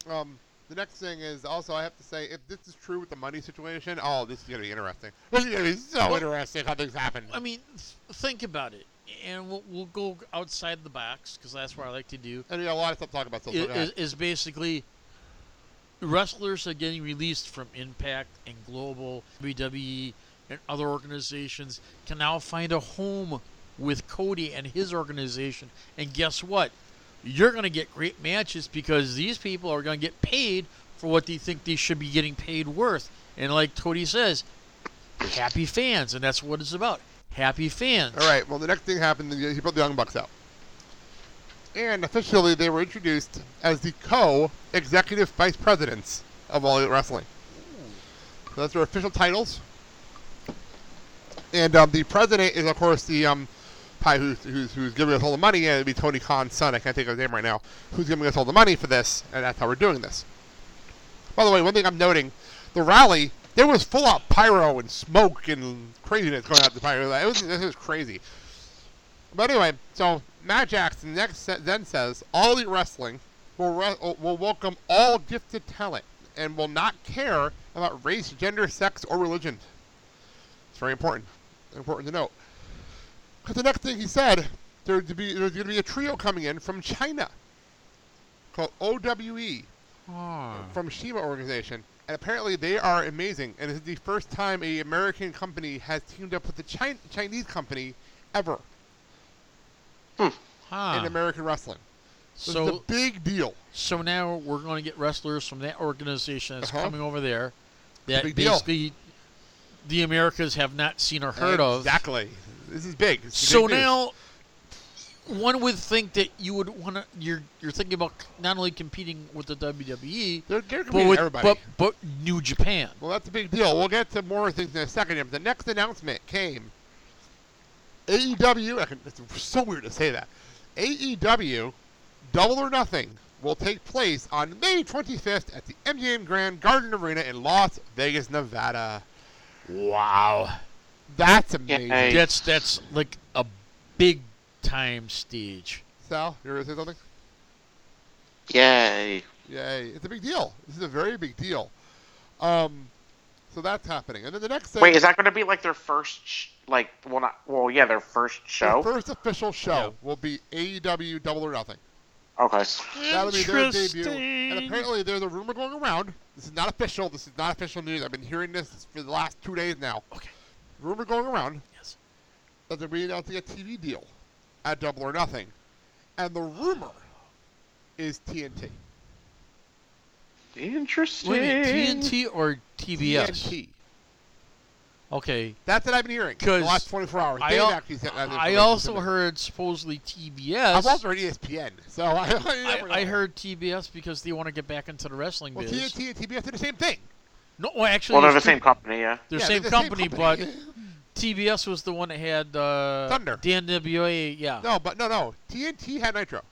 D: um, the next thing is also I have to say, if this is true with the money situation, oh, this is gonna be interesting. This is gonna be so
B: Well-
D: interesting how things happen.
B: I mean, th- think about it, and we'll, we'll go outside the box because that's what I like to do.
D: And we got a lot of stuff to talk about. So
B: i- is, is basically wrestlers are getting released from Impact and Global, WWE, and other organizations can now find a home with Cody and his organization. And guess what? You're going to get great matches because these people are going to get paid for what they think they should be getting paid worth. And like Cody says, happy fans, and that's what it's about. Happy fans.
D: All right. Well, the next thing happened. He he put the Young Bucks out, and officially they were introduced as the co-executive vice presidents of All Elite Wrestling. So that's their official titles. And um, the president is, of course, the um, guy who's, who's, who's giving us all the money, and it'd be Tony Khan's son. I can't think of his name right now. Who's giving us all the money for this, and that's how we're doing this. By the way, one thing I'm noting: the rally there was full out pyro and smoke and craziness going out the pyro. It was this is crazy. But anyway, so Matt Jackson next sa- then says all elite wrestling will re- uh, will welcome all gifted talent and will not care about race, gender, sex, or religion. It's very important. Important to note. Because the next thing he said, there's to be there's going to be a trio coming in from China called E. OWE from Shima organization, and apparently they are amazing. And this is the first time a American company has teamed up with a Chin- Chinese company ever in American wrestling. So, it's a big deal.
B: So now we're going to get wrestlers from that organization that's
D: Uh-huh.
B: coming over there
D: It's a
B: that
D: big deal.
B: basically the Americas have not seen or heard of.
D: Exactly. This is big. It's
B: So
D: big news.
B: now, one would think that you would want to. You're you're thinking about not only competing with the WWE, but,
D: competing
B: with,
D: everybody.
B: but but New Japan.
D: Well, that's a big deal. We'll get to more things in a second. here, but The next announcement came. AEW. I can, it's so weird to say that. AEW, Double or Nothing, will take place on May 25th at the MGM Grand Garden Arena in Las Vegas, Nevada. Wow, that's amazing.
B: That's that's like a big time stage.
D: Sal, you were gonna say something?
E: Yay.
D: Yay! It's a big deal. This is a very big deal. Um, so that's happening, and then the next thing.
E: Wait, is that going to be like their first, sh- like, well, not, well, yeah, their first show?
D: Their first official show will be AEW Double or Nothing.
E: Okay.
D: That'll be their debut. And apparently, there's a rumor going around. This is not official. This is not official news. I've been hearing this for the last two days now.
B: Okay.
D: Rumor going around.
B: Yes.
D: That they're announcing a TV deal at Double or Nothing, and the rumor is TNT.
E: Interesting.
B: Wait a minute, TNT or TBS?
D: TNT.
B: Okay.
D: That's what I've been hearing. the
B: 'Cause
D: last 24 hours.
B: I,
D: Dave
B: al-
D: actually sent that
B: I
D: information to
B: also
D: me.
B: heard supposedly TBS.
D: I've also heard E ESPN. So I, I,
B: I,
D: never know.
B: I heard TBS because they want to get back into the wrestling
D: Well,
B: biz.
D: TNT and TBS are the same thing.
B: No, well, actually,
E: Well, they're the
B: it's
E: same
B: two-
E: company, yeah.
B: They're
D: Yeah,
B: same,
D: they're the same
B: company,
D: company.
B: but TBS was the one that had uh,
D: Thunder.
B: The NWA, yeah.
D: No, but no, no. TNT had Nitro.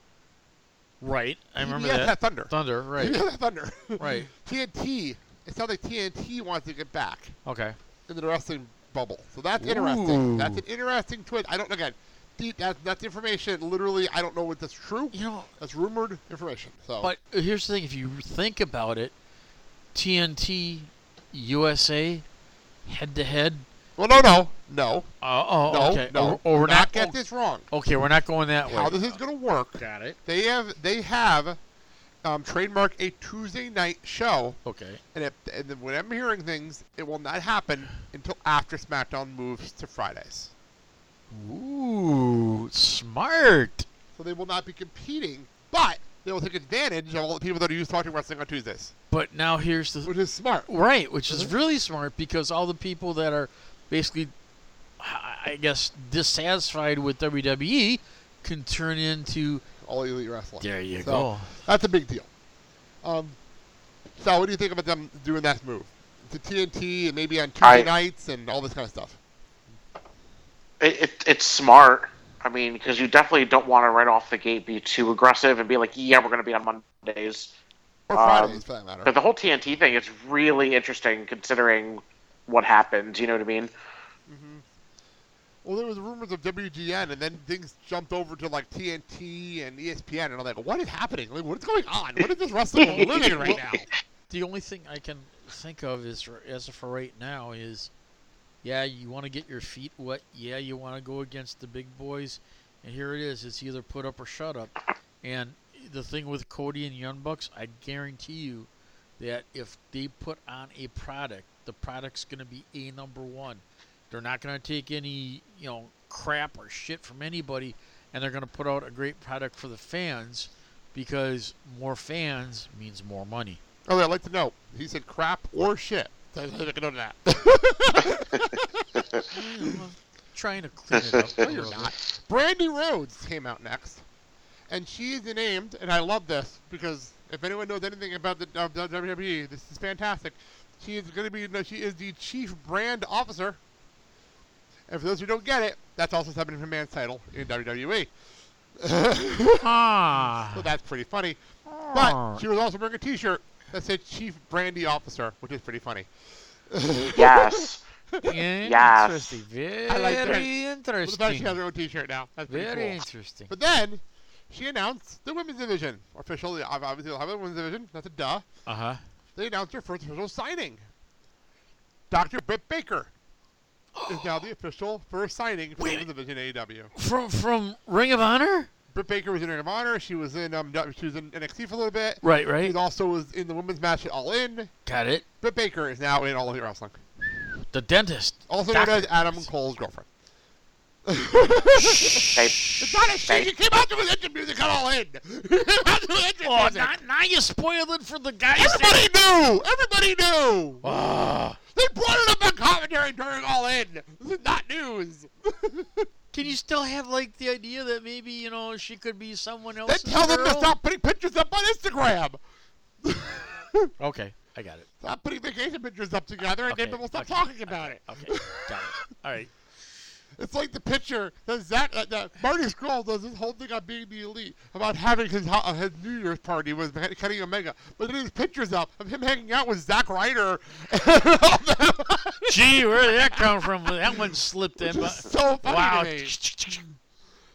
B: Right, I remember
D: TBS
B: that.
D: had Thunder.
B: Thunder, right?
D: TBS had Thunder.
B: Right.
D: TNT. It sounds like TNT wants to get back
B: Okay.
D: into the wrestling bubble. So that's interesting. That's
B: Ooh.
D: an interesting twist. I don't again. the- That's that's information. Literally, I don't know what that's true.
B: You know,
D: that's rumored information. So
B: But here's the thing: if you think about it, TNT USA head to head.
D: Well, no, no, no.
B: Uh, oh,
D: no,
B: okay.
D: no.
B: Oh, oh, we're
D: do
B: not,
D: get
B: oh,
D: this wrong.
B: Okay, we're not going that
D: How
B: way.
D: this is going to work?
B: Got it.
D: They have they have um, trademark a Tuesday night show.
B: Okay.
D: And, if, and then when I'm hearing things, it will not happen until after SmackDown moves to Fridays.
B: Ooh, smart.
D: So they will not be competing, but they will take advantage of all the people that are used to watching wrestling on Tuesdays.
B: But now here's the
D: which is smart,
B: right? Which is really smart because all the people that are basically, I I guess, dissatisfied with WWE can turn into
D: all elite wrestling.
B: There you
D: So,
B: go.
D: That's a big deal. Um, Sal, what do you think about them doing that move to TNT and maybe on Tuesday
E: I-
D: nights and all this kind of stuff?
E: It, it, it's smart. I mean, because you definitely don't want to right off the gate be too aggressive and be like, yeah, we're going to be on Mondays.
D: Or
E: Um,
D: Fridays, for that matter.
E: But the whole TNT thing is really interesting considering what happened. You know what I mean?
D: Well, there was rumors of WGN, and then things jumped over to like TNT and E ESPN, and I'm like, what is happening? Like, what is going on? What is this wrestling world living in right now?
B: the only thing I can think of is r- as of for right now is, yeah, you want to get your feet wet. Yeah, you want to go against the big boys, and here it is. It's either put up or shut up. And the thing with Cody and Young Bucks, I guarantee you that if they put on a product, the product's going to be a number one. They're not going to take any you know crap or shit from anybody, and they're going to put out a great product for the fans. Because more fans means more money.
D: Oh, I'd like to know. He said crap or shit. So I'd like to know that.
B: trying to clean it up.
D: No, you're not. Brandy Rhodes came out next, and she is named, and I love this because if anyone knows anything about the uh, the WWE, this is fantastic. She is going to be. No, she is the chief brand officer And for those who don't get it, that's also Stephanie McMahon's title in E. WWE.
N: ah.
D: So that's pretty funny. But she was also wearing a T-shirt that said Chief Brandy Officer, which is pretty funny.
E: Yes.
N: Interesting. Very
D: I like that. Well, the fact she
N: interesting.
D: has her own T-shirt now. That's pretty
N: Very
D: cool.
N: interesting.
D: But then she announced the women's division officially. ob- Obviously, they'll have a women's division. That's a duh.
N: Uh huh.
D: They announced her first official signing. Dr. Britt Baker is now the official first signing for the women's division in AEW.
N: From from Ring of Honor.
D: Britt Baker was in Ring of Honor. She was in um, she was in NXT for a little bit.
N: Right, right.
D: She also was in the women's match at All In.
N: Got it.
D: Britt Baker is now in All In Wrestling.
N: The dentist.
D: Also known as Adam Cole's girlfriend.
E: it's
D: not a shit. You came out to an engine music at All In. You came out to an engine
N: Oh,
D: music.
N: now, now you spoiled it for the guys.
D: Everybody knew. Everybody knew.
N: Ah.
D: They brought it up in commentary during All In. This is not news.
N: Can you still have like the idea that maybe you know she could be someone else?
D: Then tell them to stop putting pictures up on Instagram.
N: Okay, I got it.
D: Stop putting vacation pictures up together, and
N: Okay,
D: then we'll stop
N: okay,
D: talking about it.
N: Okay, got it. All right.
D: It's like the picture that Zach, uh, that Marty Scroll does this whole thing on being the elite about having his ho- uh, his New Year's party with Ken- Kenny Omega, but then his pictures up of him hanging out with Zack Ryder.
N: Gee, where did that come from? That one slipped in. but-
D: so funny to
N: wow.
D: me.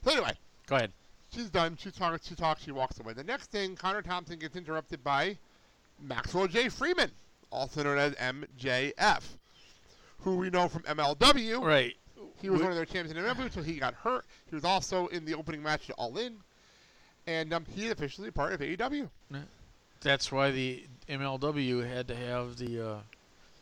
D: So anyway,
N: Go ahead.
D: she's done. She talks. She talks. She walks away. The next thing, Connor Thompson gets interrupted by Maxwell J. Freeman, also known as MJF, who we know from MLW.
N: Right.
D: He was
N: Wh-
D: one of their champions in MLW until he got hurt. He was also in the opening match to All In, and um, he is officially part of AEW.
N: That's why the MLW had to have the uh,
D: Oh,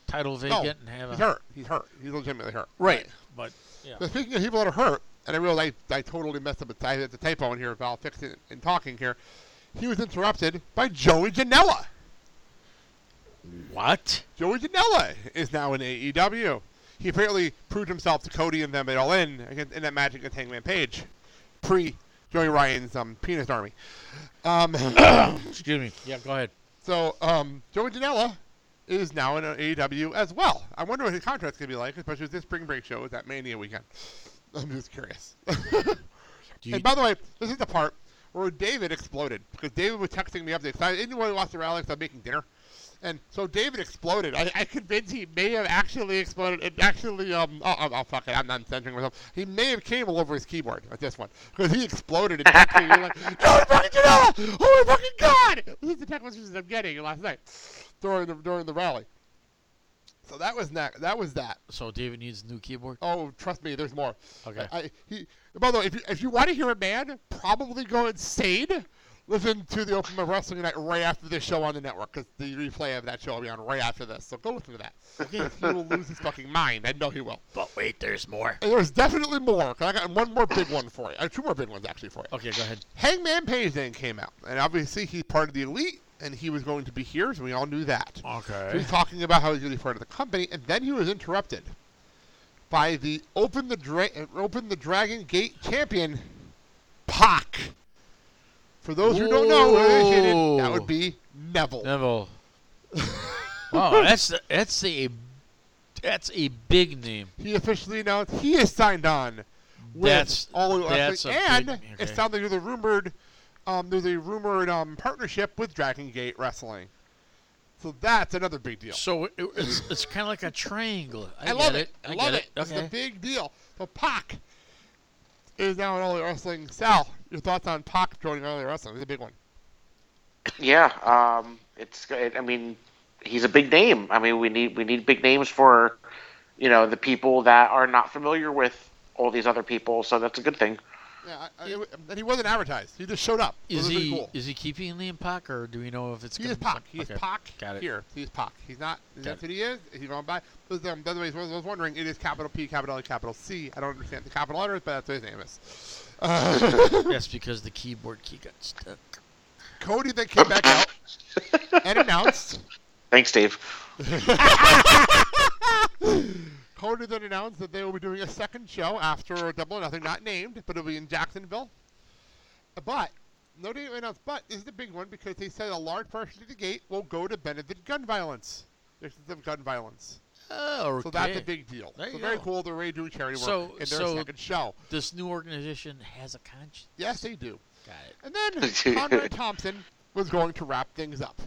N: title vacant and have
D: he's
N: a
D: hurt. He's hurt. He's legitimately hurt.
N: Right. But yeah.
D: But speaking of people that are hurt, and I realize I, I totally messed up the, ty- the typo in here, but I'll fix it in talking here. He was interrupted by Joey Janela.
N: What?
D: Joey Janela is now in AEW. He apparently proved himself to Cody and them at All In against, in that match against Hangman Page, pre Joey Ryan's um, penis army. Um,
N: Excuse me. Yeah, go ahead.
D: so um, Joey Janela is now in AEW as well. I wonder what his contract's gonna be like, especially with this spring break show is that Mania weekend. I'm just curious.
N: you-
D: and by the way, this is the part where David exploded because David was texting me updates. I didn't really watch the rally because I'm making dinner, and so David exploded. I, I convinced he may have actually exploded. It actually, um, oh, oh, oh, fuck it, I'm not censoring myself. He may have came all over his keyboard at this one because he exploded and texted me You're like, "Joey fucking Janela! Oh my fucking god! This is the text messages I'm getting last night during the during the rally. So that was that. That was that.
N: So David needs a new keyboard.
D: Oh, trust me, there's more.
N: Okay.
D: I, I- he, by the way, if you, if you want to hear a man probably go insane, listen to the Open Mic Wrestling Tonight right after this show on the network, because the replay of that show will be on right after this. So go listen to that. Because he will lose his fucking mind. I know he will.
N: But wait, there's more.
D: And there's definitely more. 'cause I got one more big one for you. Uh, two more big ones, actually, for you.
N: Okay, go ahead.
D: Hangman Page then came out, and obviously he's part of the elite, and he was going to be here, so we all knew that. So
N: Okay.
D: he's talking about how he's going to be part of the company, and then he was interrupted by the open the dra- uh, open the Dragon Gate champion, Pac. For those who don't know who initiated, that
N: Whoa.
D: would be Neville.
N: Neville. wow, that's the, that's a that's a big name.
D: He officially announced he is signed on. With
N: That's-
D: all of
N: that's a
D: and
N: big-
D: it
N: okay.
D: sounds like there's a rumored, um, there's a rumored um, partnership with Dragon Gate Wrestling. So that's another big deal.
N: So it, it's it's kind of like a triangle. I,
D: I, love
N: get
D: it. I, love
N: get
D: it. It's a
N: Okay.
D: big deal. So Pac is now in All Elite Wrestling. Sal, your thoughts on Pac joining All Elite Wrestling? It's a big one.
E: Yeah, um, it's. It, I mean, he's a big name. I mean, we need we need big names for, you know, the people that are not familiar with all these other people. So that's a good thing.
D: Yeah, I, I, it w- and he wasn't advertised. He just showed up. So
N: Is
D: this is
N: he
D: cool.
N: is he keeping the Pac or do we know if it's
D: He
N: gonna
D: is
N: be
D: Pac.
N: some-
D: He is
N: okay,
D: Pac
N: Got it.
D: here. He's Pac. He's not. Is
N: Got
D: that what he is? Is he going by? But, um, by the way, I was wondering, it is capital P, capital L, capital C. I don't understand the capital letters, but that's what his name is. Uh,
N: That's because the keyboard key got stuck.
D: Cody then came back out and announced
E: Thanks, Dave.
D: Cody then announced that they will be doing a second show after a Double or Nothing, not named, but it'll be in Jacksonville. But no date announced. But this is the big one because they said a large portion of the gate will go to Benedict gun violence. Victims of gun violence.
N: Oh,
D: So that's a
N: okay.
D: big deal.
N: There
D: so
N: you
D: very
N: go.
D: cool. They're already doing charity work
N: So,
D: in their
N: so
D: second show.
N: This new organization has a conscience.
D: Yes, they do.
N: Got it.
D: And then Conrad Thompson was going to wrap things up.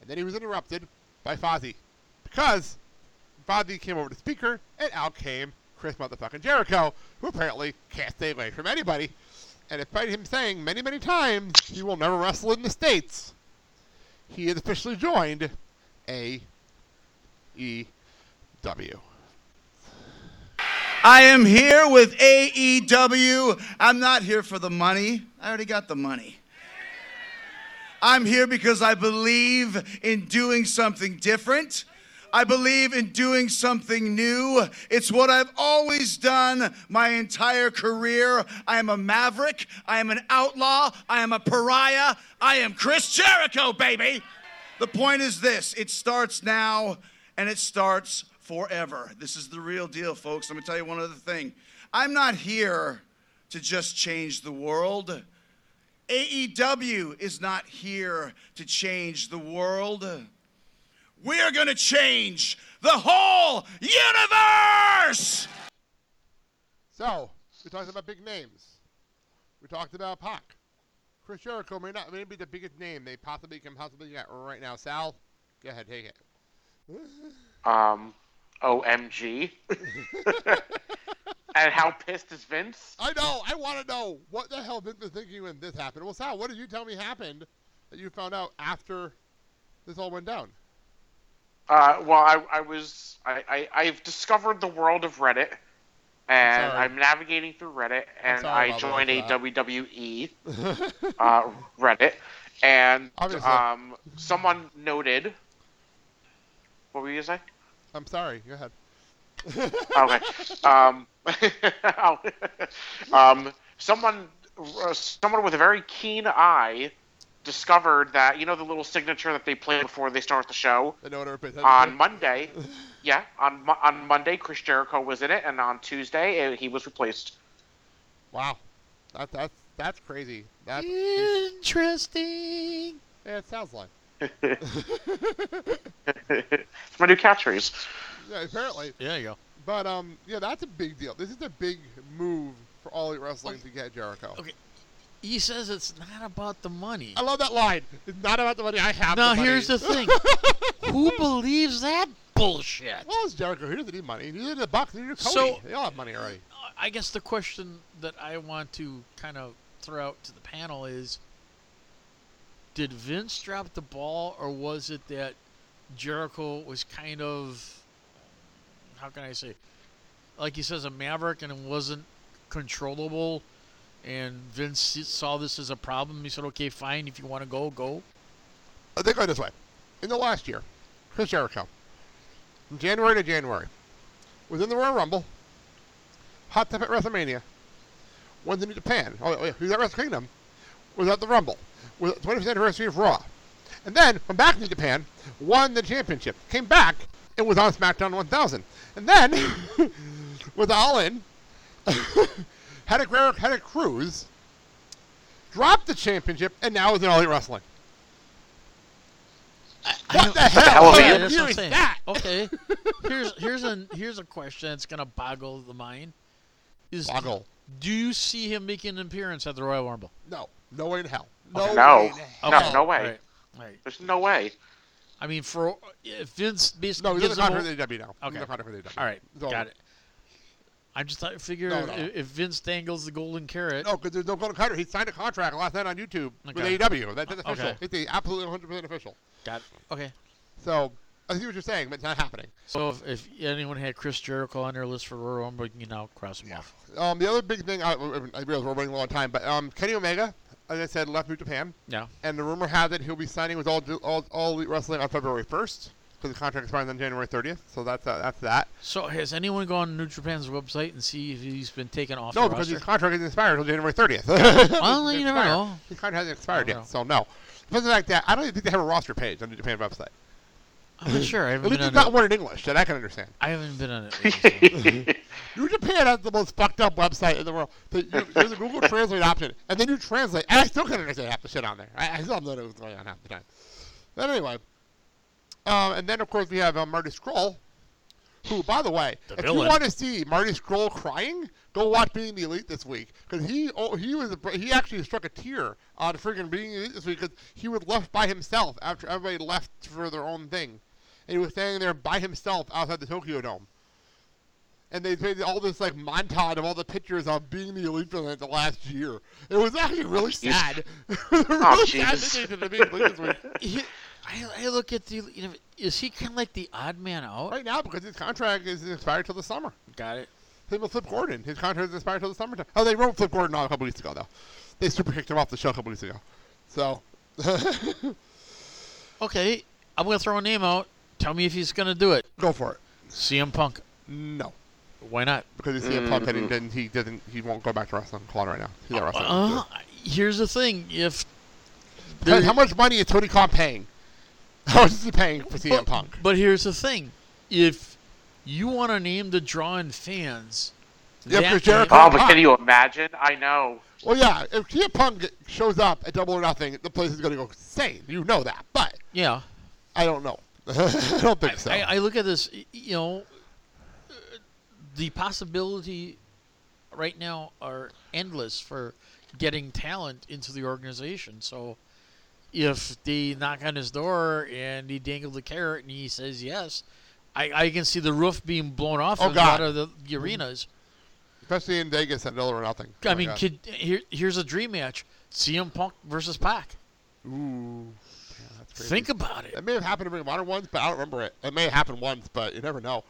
D: And then he was interrupted by Fozzy. Because Fozzy came over to speaker, and out came Chris motherfucking Jericho, who apparently can't stay away from anybody. And despite him saying many, many times he will never wrestle in the States, he has officially joined E AEW.
A: I am here with AEW. I'm not here for the money. I already got the money. I'm here because I believe in doing something different. I believe in doing something new. It's what I've always done my entire career. I am a maverick. I am an outlaw. I am a pariah. I am Chris Jericho, baby. The point is this it starts now and it starts forever. This is the real deal, folks. Let me tell you one other thing. I'm not here to just change the world. AEW is not here to change the world. We're going to change the whole universe!
D: So, we talked about big names. We talked about Pac. Chris Jericho may not may be the biggest name they possibly can possibly get right now. Sal, go ahead, take it.
E: Um, OMG. and how pissed is Vince?
D: I know. I want to know what the hell Vince was thinking when this happened. Well, Sal, what did you tell me happened that you found out after this all went down?
E: Uh, well, I, I was I, I I've discovered the world of Reddit, and
D: sorry.
E: I'm navigating through Reddit, and
D: sorry
E: I
D: about
E: joined a
D: that.
E: WWE uh, Reddit, and
D: Obviously.
E: um, someone noted. What were you gonna say?
D: I'm sorry. Go ahead.
E: okay. Um, ow. um, someone, uh, someone with a very keen eye, discovered that you know the little signature that they play before they start the show.
D: I know what everybody's
E: On Monday, yeah, on Mo- on Monday, Chris Jericho was in it, and on Tuesday, uh, he was replaced.
D: Wow, that, that's that's crazy. That's
N: Interesting.
D: yeah, it sounds like.
E: it's my new catchphrase.
D: Yeah, apparently.
N: Yeah, you go.
D: But um, yeah, that's a big deal. This is a big move for all Elite wrestling to get Jericho.
N: Okay. He says it's not about the money.
D: I love that line. It's not about the money. I have.
N: Now
D: the money.
N: here's the thing. Who believes that bullshit?
D: Well, it's Jericho. He doesn't need money. Neither does the Bucks. Neither does Cody.
N: So-
D: they all have money already.
N: I guess the question that I want to kind of throw out to the panel is Did Vince drop the ball, or was it that Jericho was kind of, how can I say, like he says, a maverick and it wasn't controllable? And Vince saw this as a problem. He said, okay, fine. If you want to go, go.
D: Uh, They go this way. In the last year, Chris Jericho, from January to January, was in the Royal Rumble, hot tip at WrestleMania, was in Japan. Oh, wait, he was at Wrestle Kingdom, was at the Rumble, was at the 25th anniversary of Raw, and then went back to Japan, won the championship, came back, and was on SmackDown 1000, and then was all in, had a gra- had a cruise, dropped the championship, and now is in All Elite Wrestling. What the hell?
N: Okay,
D: What
N: that's
D: year
N: what I'm
D: is
N: saying.
D: that?
N: Okay. Here's here's a here's a question that's gonna boggle the mind. Is
D: Boggle.
N: Do you see him making an appearance at the Royal Rumble?
D: No, no way in hell.
E: No,
D: No,
E: no,
D: way in hell.
E: no,
N: Okay.
E: way.
N: Right, right.
E: There's no way.
N: I mean, for if Vince basically
D: No, he's
N: gives
D: under
N: him
D: contract
N: a-
D: with AEW now. He's
N: Okay.
D: under contract with E AEW.
N: All right,
D: It's over.
N: got it. I just thought, figure
D: No,
N: if,
D: no.
N: if Vince dangles the golden carrot.
D: No, because there's no golden contract. He signed a contract last night on YouTube
N: Okay.
D: with AEW. That, that's
N: Okay.
D: official. It's the absolutely 100 percent official.
N: Got it. Okay.
D: So I see what you're saying, but it's not happening.
N: So if, if anyone had Chris Jericho on their list for Royal Rumble, you can now cross him off.
D: Um, the other big thing I, I realize we're running low on time, but um, Kenny Omega, as I said, left New Japan.
N: Yeah.
D: And the rumor has it he'll be signing with all all, all Elite wrestling on February 1st because the contract expires on January 30th. So that's uh, that's that.
N: So has anyone gone on New Japan's website and see if he's been taken off
D: No,
N: the
D: because
N: roster?
D: his contract isn't expired until January 30th.
N: Well, you never
D: Expired.
N: know. Oh,
D: His contract hasn't expired
N: Never
D: yet, so no. Because like that, I don't even think they have a roster page on the Japan website.
N: I'm not sure. I haven't
D: At least
N: been
D: there's not
N: on it.
D: one in English that I can understand.
N: I haven't been on it. Lately, so.
D: New Japan has the most fucked up website in the world. The- you- There's a Google Translate option, and then you translate, and I still couldn't understand half the shit on there. I, I still don't know what's going on half the time. But anyway, um, and then of course we have uh, Marty Scroll, Who, by the way,
N: The
D: if you
N: villain.
D: want to see Marty Scroll crying, go watch Being the Elite this week because he oh, he was he actually struck a tear on friggin' Being the Elite this week because he was left by himself after everybody left for their own thing, and he was standing there by himself outside the Tokyo Dome. And they made all this like montage of all the pictures of being the elite villain the last year. It was actually really
B: You-
D: sad. really
B: Oh,
D: sad
B: Jesus.
D: that they did the Being the Elite this week.
B: He- I, I look at the. You know, is he kind of like the odd man out?
D: Right now, because his contract is expired till the summer.
B: Got it.
D: Same with Flip Gordon. His contract is expired till the summertime. Oh, they wrote Flip Gordon on a couple weeks ago, though. They super kicked him off the show a couple weeks ago. So,
B: Okay, I'm gonna throw a name out. Tell me if he's gonna do it.
D: Go for it.
B: CM Punk.
D: No.
B: Why not?
D: Because he's CM
E: Mm.
D: Punk, and he doesn't, he doesn't, he won't go back to wrestling. Come on, right now. He's not wrestling.
E: Uh-huh.
B: Uh, here's the thing. If
D: Because how much money is Tony Khan paying? How much is he paying for CM
B: but,
D: Punk?
B: But here's the thing: if you want to name the drawing fans, that
E: Oh,
B: name-
E: but can you imagine? I know.
D: Well, yeah. If CM Punk shows up at Double or Nothing, the place is going to go insane. You know that, but
B: yeah,
D: I don't know. I don't think so.
B: I, I look at this, y- you know, uh, the possibility right now are endless for getting talent into the organization. So if they knock on his door and he dangled the carrot and he says yes, I, I can see the roof being blown off
D: Oh,
B: of a lot
D: God.
B: of the the arenas.
D: Especially in Vegas at Double or Nothing.
B: I
D: Oh,
B: mean,
D: God.
B: could, here, here's a dream match: CM Punk versus Pac.
D: Ooh. That's crazy.
B: Think about it.
D: It may have happened to me modern ones, but I don't remember it. It may have happened once, but you never know.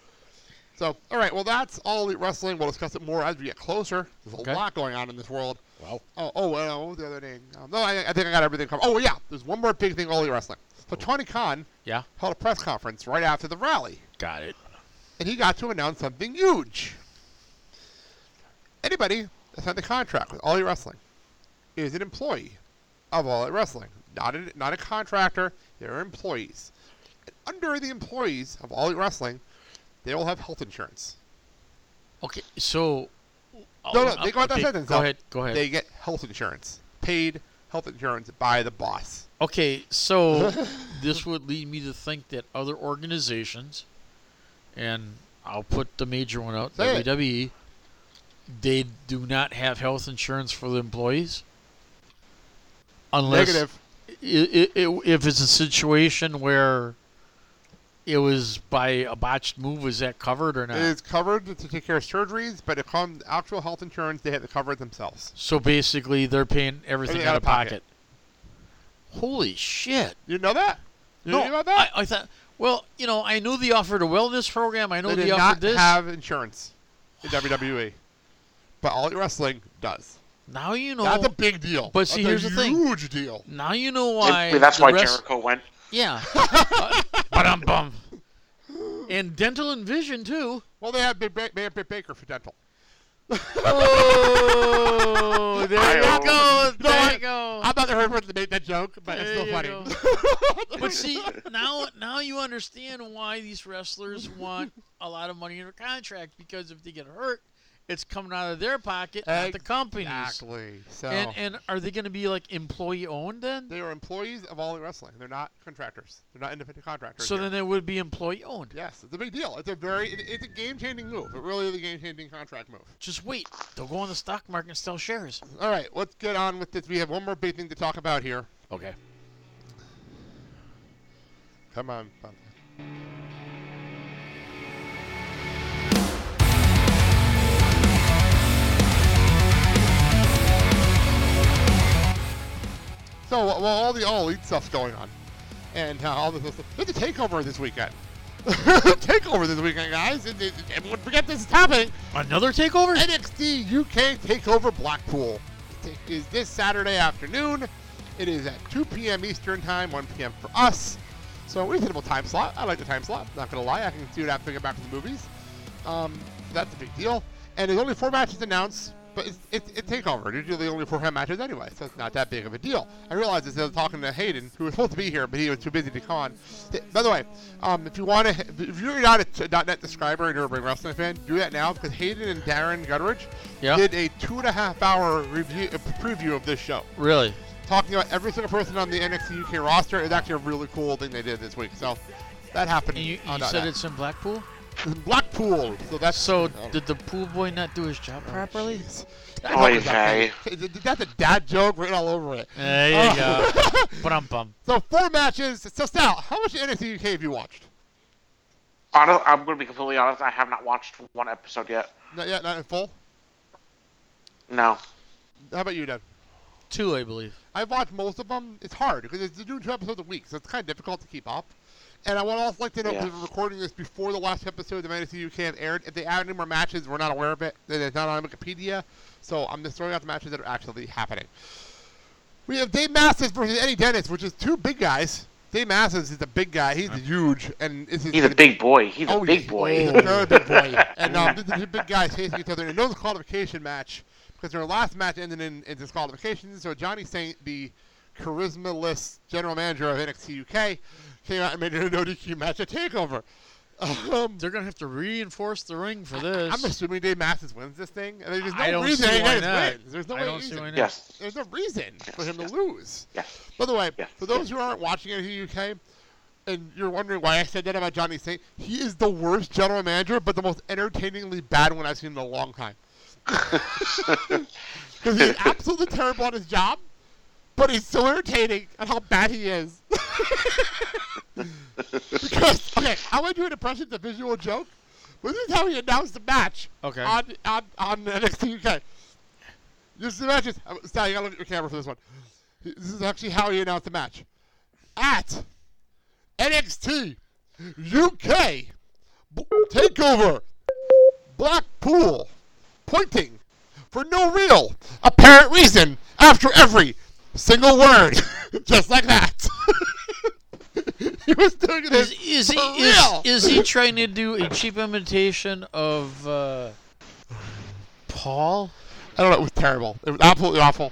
D: So, all right, well, that's all Elite Wrestling. We'll discuss it more as we get closer. There's a
B: Okay.
D: lot going on in this world. Wow. Oh, oh, well, what was the other name? Um, no, I, I think I got everything covered. Oh, yeah, there's one more big thing all Elite Wrestling. So, Tony Khan
B: Oh. Yeah.
D: held a press conference right after the rally,
B: Got it.
D: and he got to announce something huge. Anybody that signed a contract with All Elite Wrestling is an employee of All Elite Wrestling, not a, not a contractor. They're employees. And under the employees of All Elite Wrestling, they all have health insurance.
B: Okay, so
D: no,
B: I'll-
D: no, they got that
B: okay,
D: sentence.
B: Go
D: out.
B: ahead. Go ahead.
D: They get health insurance, paid health insurance by the boss.
B: Okay, so this would lead me to think that other organizations, and I'll put the major one out,
D: Say it.
B: WWE, they do not have health insurance for the employees. Unless
D: Negative.
B: I- i- i- if it's a situation where it was by a botched move, is that covered or not?
D: It is covered to take care of surgeries, but it comes actual health insurance. They have to cover it themselves.
B: so basically, they're paying everything
D: Everything
B: out of pocket. Holy shit!
D: You know that? You
B: no,
D: knew about that?
B: I, I thought. Well, you know, I knew they offered a wellness program. I know
D: they
B: they,
D: did not
B: offered this.
D: have insurance in
B: E.
D: WWE, but All Elite Wrestling does.
B: now you know.
D: That's a big deal.
B: Oh. But see,
D: That's
B: here's
D: a
B: the thing.
D: Huge deal.
B: Now you know why.
E: Maybe that's
B: the
E: why
B: rest-
E: Jericho went.
B: Yeah. But I'm bum. And dental and vision too.
D: Well, they have Big, ba- they have Big Baker for dental.
B: Oh, there you
D: I-
B: go.
D: No,
B: There
D: I-
B: you go.
D: I'm not the first person to make that joke, but it's still
B: There
D: funny.
B: you But see, now now you understand why these wrestlers want a lot of money in their contract because if they get hurt, it's coming out of their pocket, not the company's.
D: Exactly. So
B: And and are they going to be like employee owned then?
D: they are employees of All Elite Wrestling. They're not contractors. They're not independent contractors.
B: So
D: here.
B: then they would be employee owned.
D: yes, it's a big deal. It's a very, it, it's a game-changing move. It really is a game-changing contract move.
B: Just wait, they'll go on the stock market and sell shares.
D: All right, let's get on with this. We have one more big thing to talk about here.
B: Okay.
D: Come on. Bob. So, uh, well, all the all elite stuff's going on, and uh, all this. There's a takeover this weekend. takeover this weekend, guys. And, and- everyone forget this is happening.
B: Another takeover?
D: NXT UK Takeover Blackpool It is this Saturday afternoon. It is at 2 p.m. Eastern Time, 1 p.m. for us. So a reasonable time slot. I like the time slot. Not gonna lie, I can do it after I get back to the movies. Um, that's a big deal. And there's only four matches announced, but it's, it's, it's takeover. Usually only four matches anyway, so it's not that big of a deal. I realized this. I was talking to Hayden, who was supposed to be here, but he was too busy to come on. Th- By the way, um, if you want to, if you're not a t- .NET subscriber and you're a big wrestling fan, do that now because Hayden and Darren Gutteridge
B: Yeah.
D: did a two and a half hour review uh, preview of this show
B: Really?
D: talking about every single person on the NXT UK roster is actually a really cool thing they did this week. So that happened.
B: And you,
D: on
B: you
D: that
B: said
D: night.
B: it's in Blackpool?
D: Blackpool. So Oh, that's
N: so. Did the pool boy not do his job properly?
D: Oy vey. That's a dad joke written all over it.
N: There you
D: Uh,
B: Oh.
N: go. But I'm bummed.
D: So four matches. So Sal, how much NXT UK have you watched?
E: Hon- I'm going to be completely honest. I have not watched one episode yet.
D: Not yet. Not in full.
E: No.
D: How about you, Dad?
N: Two, I believe.
D: I've watched most of them. It's hard because they're doing two episodes a week, so it's kind of difficult to keep up. And I would also like to know
E: Yeah.
D: because we're recording this before the last episode of NXT UK have aired. If they add any more matches, we're not aware of it. Then It's not on Wikipedia, so I'm just throwing out the matches that are actually happening. We have Dave Masters versus Eddie Dennis, which is two big guys. Dave Masters is a big guy. He's huge, and this is
E: He's a big boy. He's a
D: Oh,
E: big
D: yeah.
E: boy.
D: He's a very big boy. and um, the two big guys facing each other in a no disqualification match because their last match ended in, in disqualification. So Johnny Saint, the charisma-less general manager of NXT UK, came out and made it a no DQ match at Takeover. Um,
N: They're gonna have to reinforce the ring for this.
D: I'm assuming Dave Masters wins this thing. And there's no
N: I don't
D: reason
N: see
D: he
N: why
D: doesn't
N: not.
D: win. There's no
N: I
D: way
N: don't
D: he's-
N: see why not.
E: Yes.
D: There's no reason for him to lose. By the way, for those who aren't watching it in the UK, and you're wondering why I said that about Johnny Saint, he is the worst general manager, but the most entertainingly bad one I've seen in a long time. Because he's absolutely terrible at his job, but he's so entertaining at how bad he is. because, okay, I want to do an impression, the visual joke. This is how he announced the match
N: Okay.
D: on, on, on NXT UK. This is the matches. uh, Sal, you gotta look at your camera for this one. This is actually how he announced the match. At NXT UK B- Takeover Blackpool pointing for no real apparent reason after every single word, just like that. he was doing this
N: Is, is
D: for
N: he is,
D: real.
N: is he trying to do a cheap imitation of uh, Paul?
D: I don't know. It was terrible. It was absolutely awful.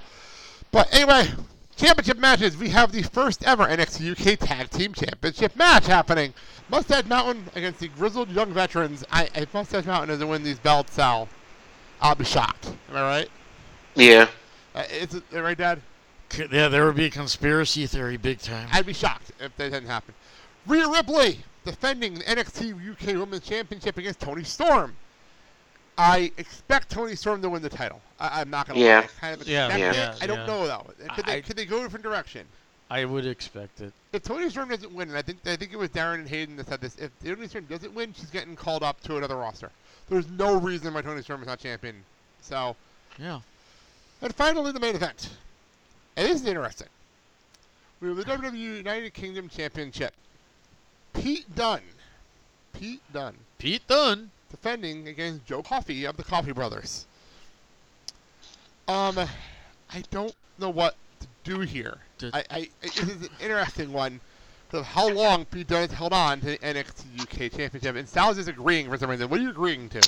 D: But anyway, championship matches. We have the first ever NXT UK Tag Team Championship match happening. Mustache Mountain against the grizzled young veterans. I, if Mustache Mountain doesn't win these belts, Sal, I'll be shocked. Am I right?
E: Yeah.
D: Uh, is it right, Dad?
N: C- Yeah, there would be a conspiracy theory big time.
D: I'd be shocked if that didn't happen. Rhea Ripley defending the NXT UK Women's Championship against Tony Storm. I expect Tony Storm to win the title. I, I'm not gonna
N: Yeah.
D: lie. I kind of
N: Yeah,
D: expect
N: yeah,
D: it. I don't
N: yeah.
D: know though. Could they,
N: I-
D: could they go a different direction?
N: I would expect it.
D: If Tony Storm doesn't win, and I think I think it was Darren and Hayden that said this. If Tony Storm doesn't win, she's getting called up to another roster. There's no reason why Tony Storm is not champion. So,
N: yeah.
D: And finally, the main event. And this is interesting. We have the WWE United Kingdom Championship. Pete Dunne. Pete Dunne.
N: Pete Dunne.
D: Defending against Joe Coffey of the Coffey Brothers. Um, I don't know what to do here.
N: Did-
D: I, I, this is an interesting one because of how long Pete Dunne has held on to the NXT UK Championship. And Sal's is agreeing for some reason. What are you agreeing to?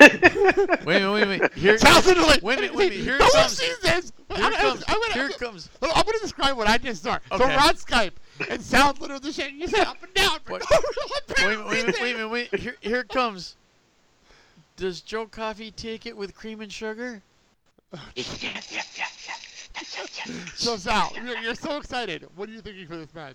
N: Wait a minute, wait a minute. Here,
D: Sal's literally-
N: wait a minute, wait a minute. Here
D: no one
N: comes.
D: sees this.
N: Here
D: I'm- I'm-
N: comes.
D: I'm gonna-
N: Here
D: I'm-
N: comes.
D: no, I'm gonna describe what I just saw. So
N: Okay.
D: we're on Skype, and sound literally just shaking his head up and down. For no real
N: Wait a minute, wait a minute,
D: apparent
N: wait a minute. Wait. Here, here it comes. Does Joe Coffee take it with cream and sugar?
D: reason. So Sal, you're, you're so excited. What are you thinking for this match?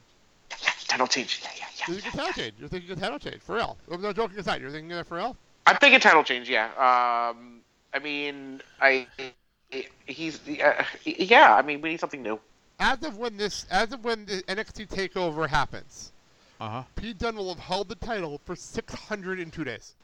E: Title change.
D: You're thinking title change. You're thinking title change for real. I'm not joking aside. You're thinking that for real.
E: I'm thinking title change. Yeah. Um. I mean, I. He's. Uh, yeah. I mean, we need something new.
D: As of when this, as of when the NXT takeover happens,
N: Uh huh.
D: Pete Dunne will have held the title for 602 days.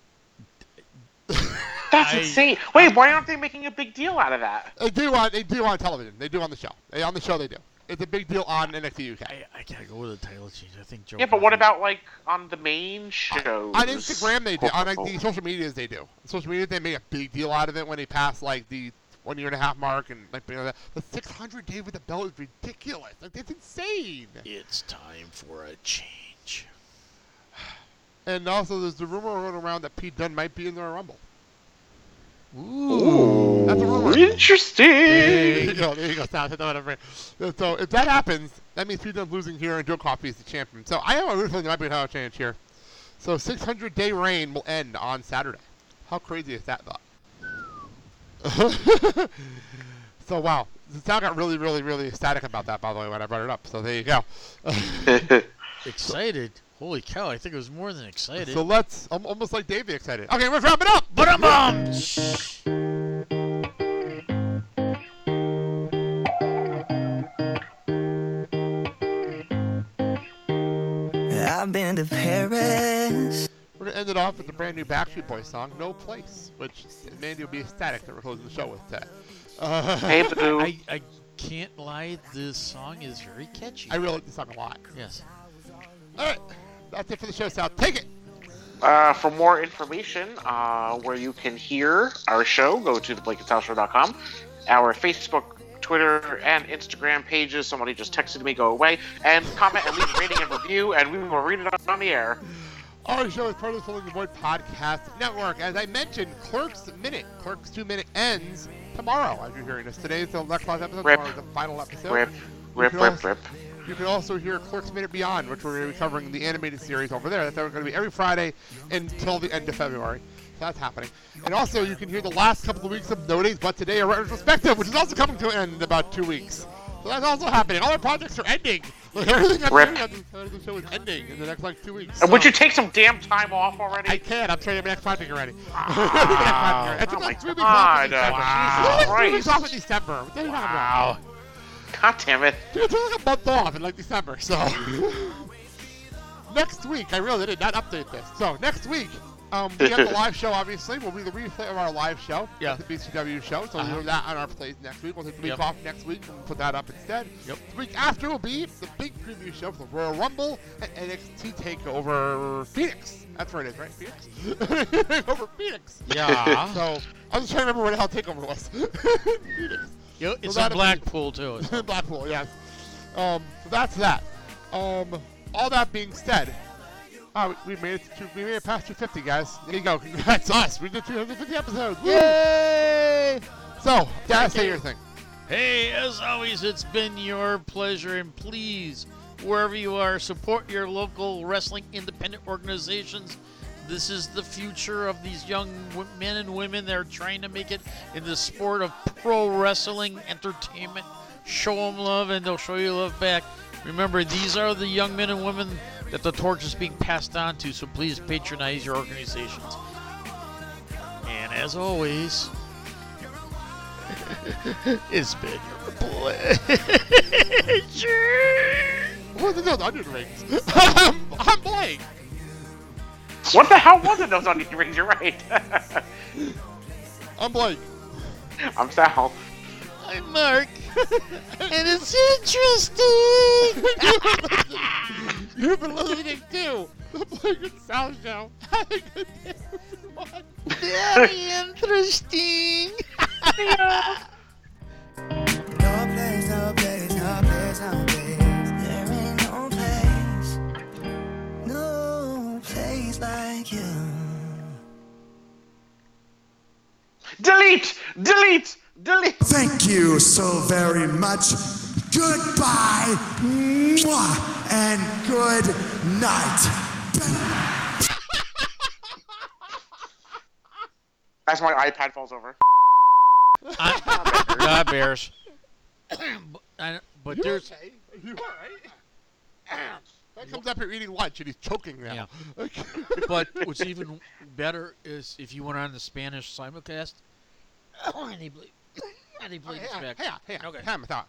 E: That's
D: I-
E: insane. Wait, why aren't they making a big deal out of that?
D: They do on, they do on television. They do on the show. They, on the show, they do. It's a big deal on NXT UK.
N: I, I gotta go with the title change. I think Joe.
E: Yeah, but what about like on the main show?
D: On Instagram, they do. On like, the social medias, they do. On social media, they make a big deal out of it when they pass like the one year and a half mark and like you know, that. The 600 day with the belt is ridiculous. Like that's insane.
N: It's time for a change.
D: And also, there's the rumor going around that Pete Dunne might be in the Royal Rumble.
E: Ooh,
D: that's a rumor.
E: Interesting.
D: There you go. There you go. Stop, stop, stop, stop. So if that happens, that means Pete Dunne's losing here, and Joe Coffey is the champion. So I have a feeling there might be a title change here. So 600 day reign will end on Saturday. How crazy is that thought? So wow, Sal got really, really, really ecstatic about that. By the way, when I brought it up. So there you go.
N: Excited.
B: Holy cow! I think it was more than excited.
D: So let's I'm almost like Davey excited. Okay, let's wrap it up. But bum
G: I've been to Paris.
D: We're gonna end it off with the brand new Backstreet Boys song, "No Place," which Mandy will be ecstatic that we're closing the show with that. Uh,
B: I, I can't lie. This song is very catchy.
D: I really like this song a lot.
B: Yes.
D: All right, that's it for the show, Sal. Take it.
E: Uh, for more information, uh, where you can hear our show, go to theblakeandsalshow.com. Our Facebook, Twitter, and Instagram pages. Somebody just texted me, go away, and comment and leave a rating and review, and we will read it on the air.
D: Our show is part of the Filling the Void Podcast Network. As I mentioned, Clerks Minute, Clerks Two Minute ends tomorrow. As you're hearing this, today is the next live episode.
E: Rip.
D: Tomorrow is the final episode.
E: Rip,
D: You
E: rip,
D: can
E: rip,
D: also-
E: rip.
D: You can also hear Clerks Minute Beyond, which we're going to be covering the animated series over there. That's going to be every Friday until the end of February. So that's happening. And also, you can hear the last couple of weeks of No Days But Today, a retrospective, which is also coming to an end in about two weeks. So that's also happening. All our projects are ending. Like, everything I'm
E: Rip.
D: doing on this- on this show is ending in the next like two weeks.
E: And would
D: So-
E: you take some damn time off already?
D: I can't. I'm trying to make project already.
E: Wow.
D: I took
E: Oh my
D: like three weeks off in
E: God.
D: December.
E: Wow.
D: I took like three
E: Christ.
D: weeks off in December. What the hell are you talking about?
E: Wow. God damn it.
D: Dude, it's like a month off in like December, so. next week, I really did not update this. So, next week, um, we have the live show, obviously. We'll be the replay of our live show,
B: Yeah.
D: the BCW show. So,
B: Uh-huh.
D: we'll do that on our plays next week. We'll take the week
B: Yep.
D: off next week and put that up instead.
B: Yep.
D: The week after will be the big preview show for the Royal Rumble and NXT TakeOver Phoenix. That's where it is, right? Phoenix? Over Phoenix.
B: Yeah.
D: so, I was just trying to remember where the hell TakeOver was. Phoenix.
B: Yo, it's
D: that'll
B: in
D: be-
B: Blackpool too.
D: In Blackpool, yes. Um, so that's that. Um, all that being said, uh, we, we made it to two, we made it past 250, guys. There you go. That's us. We did 250 episodes. Woo! Yay! So, Daz, say your thing.
B: Hey, as always, it's been your pleasure, and please, wherever you are, support your local wrestling independent organizations. This is the future of these young w- men and women that are trying to make it in the sport of pro wrestling entertainment. Show them love, and they'll show you love back. Remember, these are the young men and women that the torch is being passed on to, so please patronize your organizations. And as always, it's been your
D: What are those onion rings? I'm, I'm blank.
E: What the hell was it, those onion rings? You're right.
D: I'm Blake.
E: I'm Sal.
B: I'm Mark, and it's interesting.
D: You've been listening to the Blake and Sal Show. Have a good day, everyone.
B: Very interesting.
G: No place, no place, no place, no place. There ain't no place, no place like you.
E: Delete! Delete! Delete!
O: Thank you so very much. Goodbye. Mwah, and good night.
E: As my iPad falls over.
B: Not bears. I, but
D: You
B: there's
D: okay? You alright? that comes up here eating lunch and he's choking now.
B: but what's even better is if you went on the Spanish simulcast. Oh, and they bleed. And they bleed us back.
D: Hey, hey, okay. Time thought.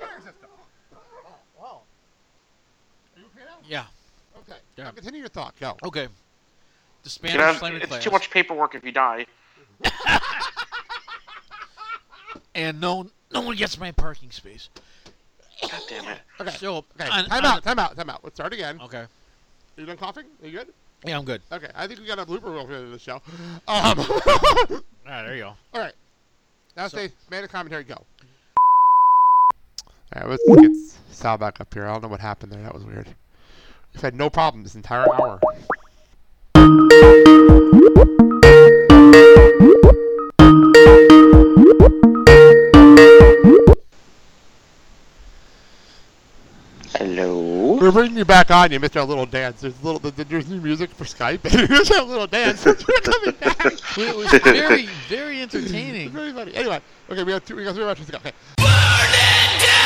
D: Wow. Are Oh, you okay now?
B: Yeah.
D: Okay.
B: Yeah.
D: Now Continue your thought. Go.
B: Okay. The
E: You
B: Spanish
E: know,
B: simulcast.
E: it's too much paperwork if you die.
B: And no, no one gets my parking space.
E: God damn it.
D: Okay.
B: So,
D: okay.
B: on-
D: time
B: on
D: out.
B: the-
D: Time out. Time out. Let's start again.
B: Okay.
D: Are you done coughing? Are you good?
B: Yeah, I'm good.
D: Okay. I think we got a blooper reel for the show. Um.
B: All right, there you go.
D: all right. Now
B: So-
D: say, man, a commentary. Go. All right, let's get Sal back up here. I don't know what happened there. That was weird. We've had no problem this entire hour.
E: Hello.
D: We're bringing you back on. You missed our little dance. There's little. th- There's new music for Skype. Here's our little dance. We're coming back.
B: It was very, very entertaining.
D: Very funny. Anyway, okay, we have two. We got three matches to go. Okay.